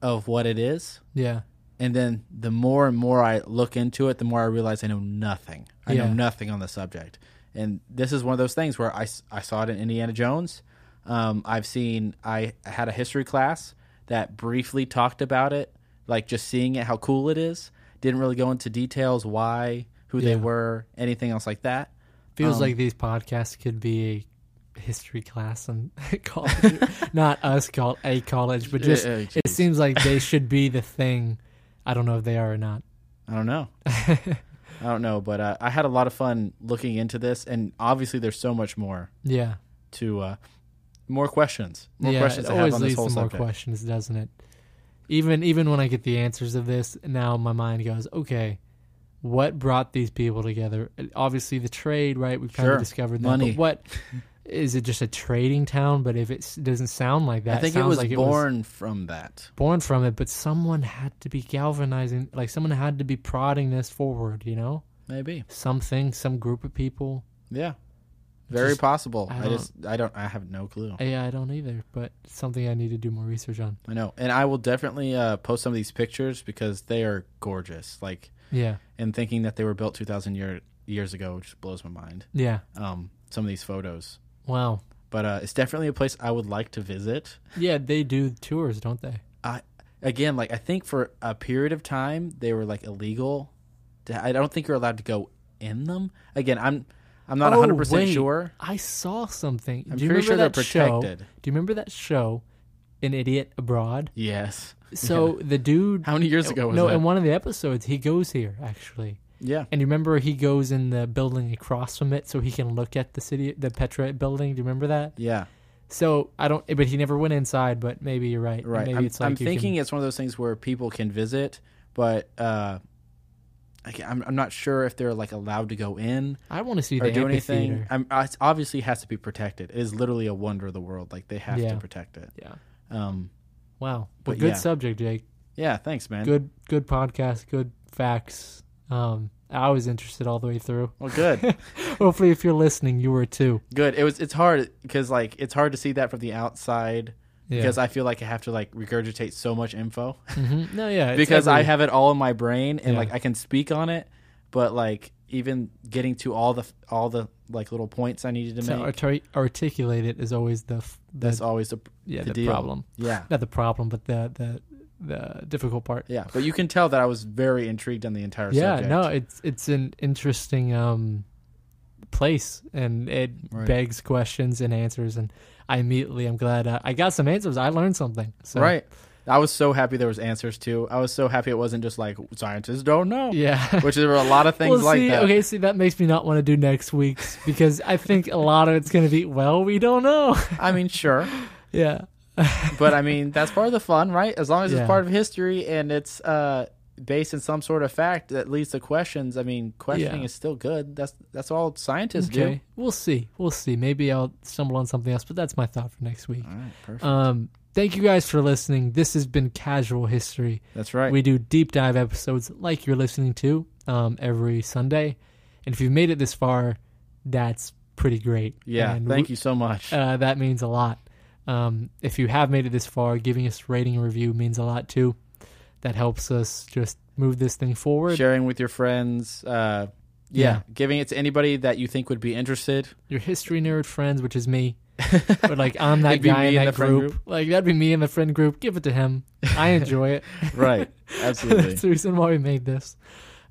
Speaker 1: of what it is,
Speaker 2: yeah
Speaker 1: and then the more and more I look into it, the more I realize I know nothing. I
Speaker 2: Yeah.
Speaker 1: know nothing on the subject. And this is one of those things where I, s- I saw it in Indiana Jones. Um, I've seen, I had a history class that briefly talked about it, like just seeing it, how cool it is. Didn't really go into details why, who
Speaker 2: Yeah.
Speaker 1: they were, anything else like that.
Speaker 2: Feels
Speaker 1: Um,
Speaker 2: like these podcasts could be a history class and college, not us called a college, but
Speaker 1: Yeah,
Speaker 2: just
Speaker 1: yeah,
Speaker 2: it
Speaker 1: geez.
Speaker 2: seems like they should be the thing. I don't know if they are or not.
Speaker 1: I don't know. I don't know, but uh, I had a lot of fun looking into this, and obviously there's so much more
Speaker 2: Yeah,
Speaker 1: to uh, more questions, more
Speaker 2: yeah.
Speaker 1: questions
Speaker 2: it
Speaker 1: I have
Speaker 2: always
Speaker 1: on this
Speaker 2: leads to
Speaker 1: whole
Speaker 2: more
Speaker 1: subject.
Speaker 2: questions, doesn't it? Even even when I get the answers of this, now my mind goes, okay, what brought these people together? Obviously, the trade, right? We've kind
Speaker 1: Sure.
Speaker 2: of discovered that.
Speaker 1: Money.
Speaker 2: But what is it? Just a trading town? But if it s- doesn't sound like that,
Speaker 1: I think it
Speaker 2: sounds
Speaker 1: was
Speaker 2: like It was,
Speaker 1: born from that.
Speaker 2: born from it, but someone had to be galvanizing, like someone had to be prodding this forward, you know?
Speaker 1: Maybe,
Speaker 2: Something, some group of people.
Speaker 1: yeah, very
Speaker 2: Just-
Speaker 1: possible.
Speaker 2: I
Speaker 1: I,
Speaker 2: don't-
Speaker 1: just, I don't, I have no clue. I,
Speaker 2: Yeah, I don't either, but something I need to do more research on.
Speaker 1: know, and I will definitely uh, post some of these pictures because they are gorgeous. Like,
Speaker 2: Yeah,
Speaker 1: and thinking that they were built 2,000 year, years ago just blows my mind.
Speaker 2: yeah.
Speaker 1: Um, some of these photos,
Speaker 2: Wow.
Speaker 1: but uh, it's definitely a place I would like to visit.
Speaker 2: Yeah, they do tours, don't they?
Speaker 1: I again, like I think for a period of time they were like illegal. To, I don't think you're allowed to go in them. Again, I'm I'm not
Speaker 2: Oh,
Speaker 1: 100 percent
Speaker 2: wait.
Speaker 1: sure.
Speaker 2: I saw something.
Speaker 1: I'm
Speaker 2: do you
Speaker 1: pretty
Speaker 2: remember
Speaker 1: sure they're
Speaker 2: that show?
Speaker 1: protected.
Speaker 2: Do you remember that show, An Idiot Abroad?
Speaker 1: Yes.
Speaker 2: So the dude.
Speaker 1: How many years ago was
Speaker 2: Uh, no,
Speaker 1: that?
Speaker 2: in one of the episodes, he goes here, actually.
Speaker 1: yeah.
Speaker 2: And you remember he goes in the building across from it so he can look at the city, the Petra building. Do you remember that?
Speaker 1: Yeah.
Speaker 2: So I don't, but he never went inside. But maybe you're right.
Speaker 1: Right.
Speaker 2: Maybe
Speaker 1: I'm,
Speaker 2: it's like
Speaker 1: I'm
Speaker 2: you can-
Speaker 1: thinking it's one of those things where people can visit, but uh, I ca- I'm I'm not sure if they're like allowed to go in
Speaker 2: I want to see
Speaker 1: or
Speaker 2: the
Speaker 1: do anything.
Speaker 2: amphitheater.
Speaker 1: I'm, it obviously has to be protected. It is literally a wonder of the world. Like they have
Speaker 2: Yeah.
Speaker 1: to protect it.
Speaker 2: Yeah.
Speaker 1: Um.
Speaker 2: Wow. But
Speaker 1: But
Speaker 2: good
Speaker 1: yeah.
Speaker 2: subject, Jake.
Speaker 1: Yeah. Thanks, man.
Speaker 2: Good, good podcast. Good facts. Um, I was interested all the way through.
Speaker 1: Well, good.
Speaker 2: Hopefully, if you're listening, you were too.
Speaker 1: good it was it's hard because like it's hard to see that from the outside
Speaker 2: Yeah.
Speaker 1: because i feel like i have to like regurgitate so much info
Speaker 2: Mhm. no, yeah. it's
Speaker 1: because i
Speaker 2: every-
Speaker 1: have it all in my brain and
Speaker 2: Yeah.
Speaker 1: like i can speak on it but like even getting to all the all the like little points i needed to
Speaker 2: to
Speaker 1: make
Speaker 2: arti- articulate it is always the f- the,
Speaker 1: that's always the
Speaker 2: yeah
Speaker 1: the
Speaker 2: the
Speaker 1: deal.
Speaker 2: problem.
Speaker 1: yeah
Speaker 2: Not the problem, but the the the difficult part.
Speaker 1: yeah but you can tell that i was very intrigued on the entire
Speaker 2: yeah
Speaker 1: subject
Speaker 2: no it's it's an interesting um place and it
Speaker 1: Right.
Speaker 2: begs questions and answers and i immediately i'm glad uh, i got some answers i learned something so
Speaker 1: right i was so happy there was answers too i was so happy it wasn't just like scientists don't know
Speaker 2: yeah
Speaker 1: which there were a lot of things
Speaker 2: well,
Speaker 1: like
Speaker 2: see,
Speaker 1: that
Speaker 2: okay see that makes me not want to do next week's because i think a lot of it's going to be well we don't know
Speaker 1: i mean sure
Speaker 2: yeah
Speaker 1: but I mean, that's part of the fun, right? As long as
Speaker 2: Yeah.
Speaker 1: it's part of history and it's uh, based in some sort of fact that leads to questions. I mean, questioning
Speaker 2: Yeah.
Speaker 1: is still good. That's that's all scientists
Speaker 2: okay we'll see we'll see maybe i'll stumble on something else but that's my thought for next week
Speaker 1: do. All right, perfect.
Speaker 2: um thank you guys for listening this has been casual history
Speaker 1: that's right.
Speaker 2: We do deep dive episodes like you're listening to um, every Sunday. And if you've made it this far, that's pretty great.
Speaker 1: yeah,
Speaker 2: And
Speaker 1: thank you so much.
Speaker 2: Uh, that means a lot. Um, if you have made it this far, giving us a rating and review means a lot too. That helps us just move this thing forward.
Speaker 1: Sharing with your friends. Uh, yeah,
Speaker 2: Yeah.
Speaker 1: giving it to anybody that you think would be interested.
Speaker 2: Your history nerd friends, which is me, but like I'm that
Speaker 1: It'd be
Speaker 2: guy
Speaker 1: me
Speaker 2: in
Speaker 1: in
Speaker 2: that
Speaker 1: the friend
Speaker 2: group. Like that'd be me in the friend group. Give it to him. I enjoy it.
Speaker 1: right, absolutely.
Speaker 2: that's the reason why we made this.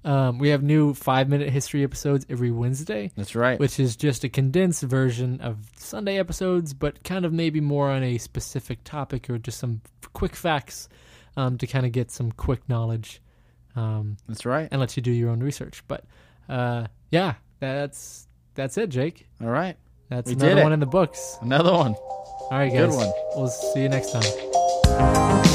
Speaker 2: Um, we have new five minute history episodes every Wednesday.
Speaker 1: That's right.
Speaker 2: which is just a condensed version of Sunday episodes, but kind of maybe more on a specific topic or just some f- quick facts um, to kind of get some quick knowledge um,
Speaker 1: That's right.
Speaker 2: and let you do your own research. But uh, yeah, that's that's it, Jake.
Speaker 1: All right,
Speaker 2: That's
Speaker 1: We did
Speaker 2: another
Speaker 1: it.
Speaker 2: one in the books.
Speaker 1: another one.
Speaker 2: All right,
Speaker 1: Good
Speaker 2: guys.
Speaker 1: one.
Speaker 2: We'll see you next time.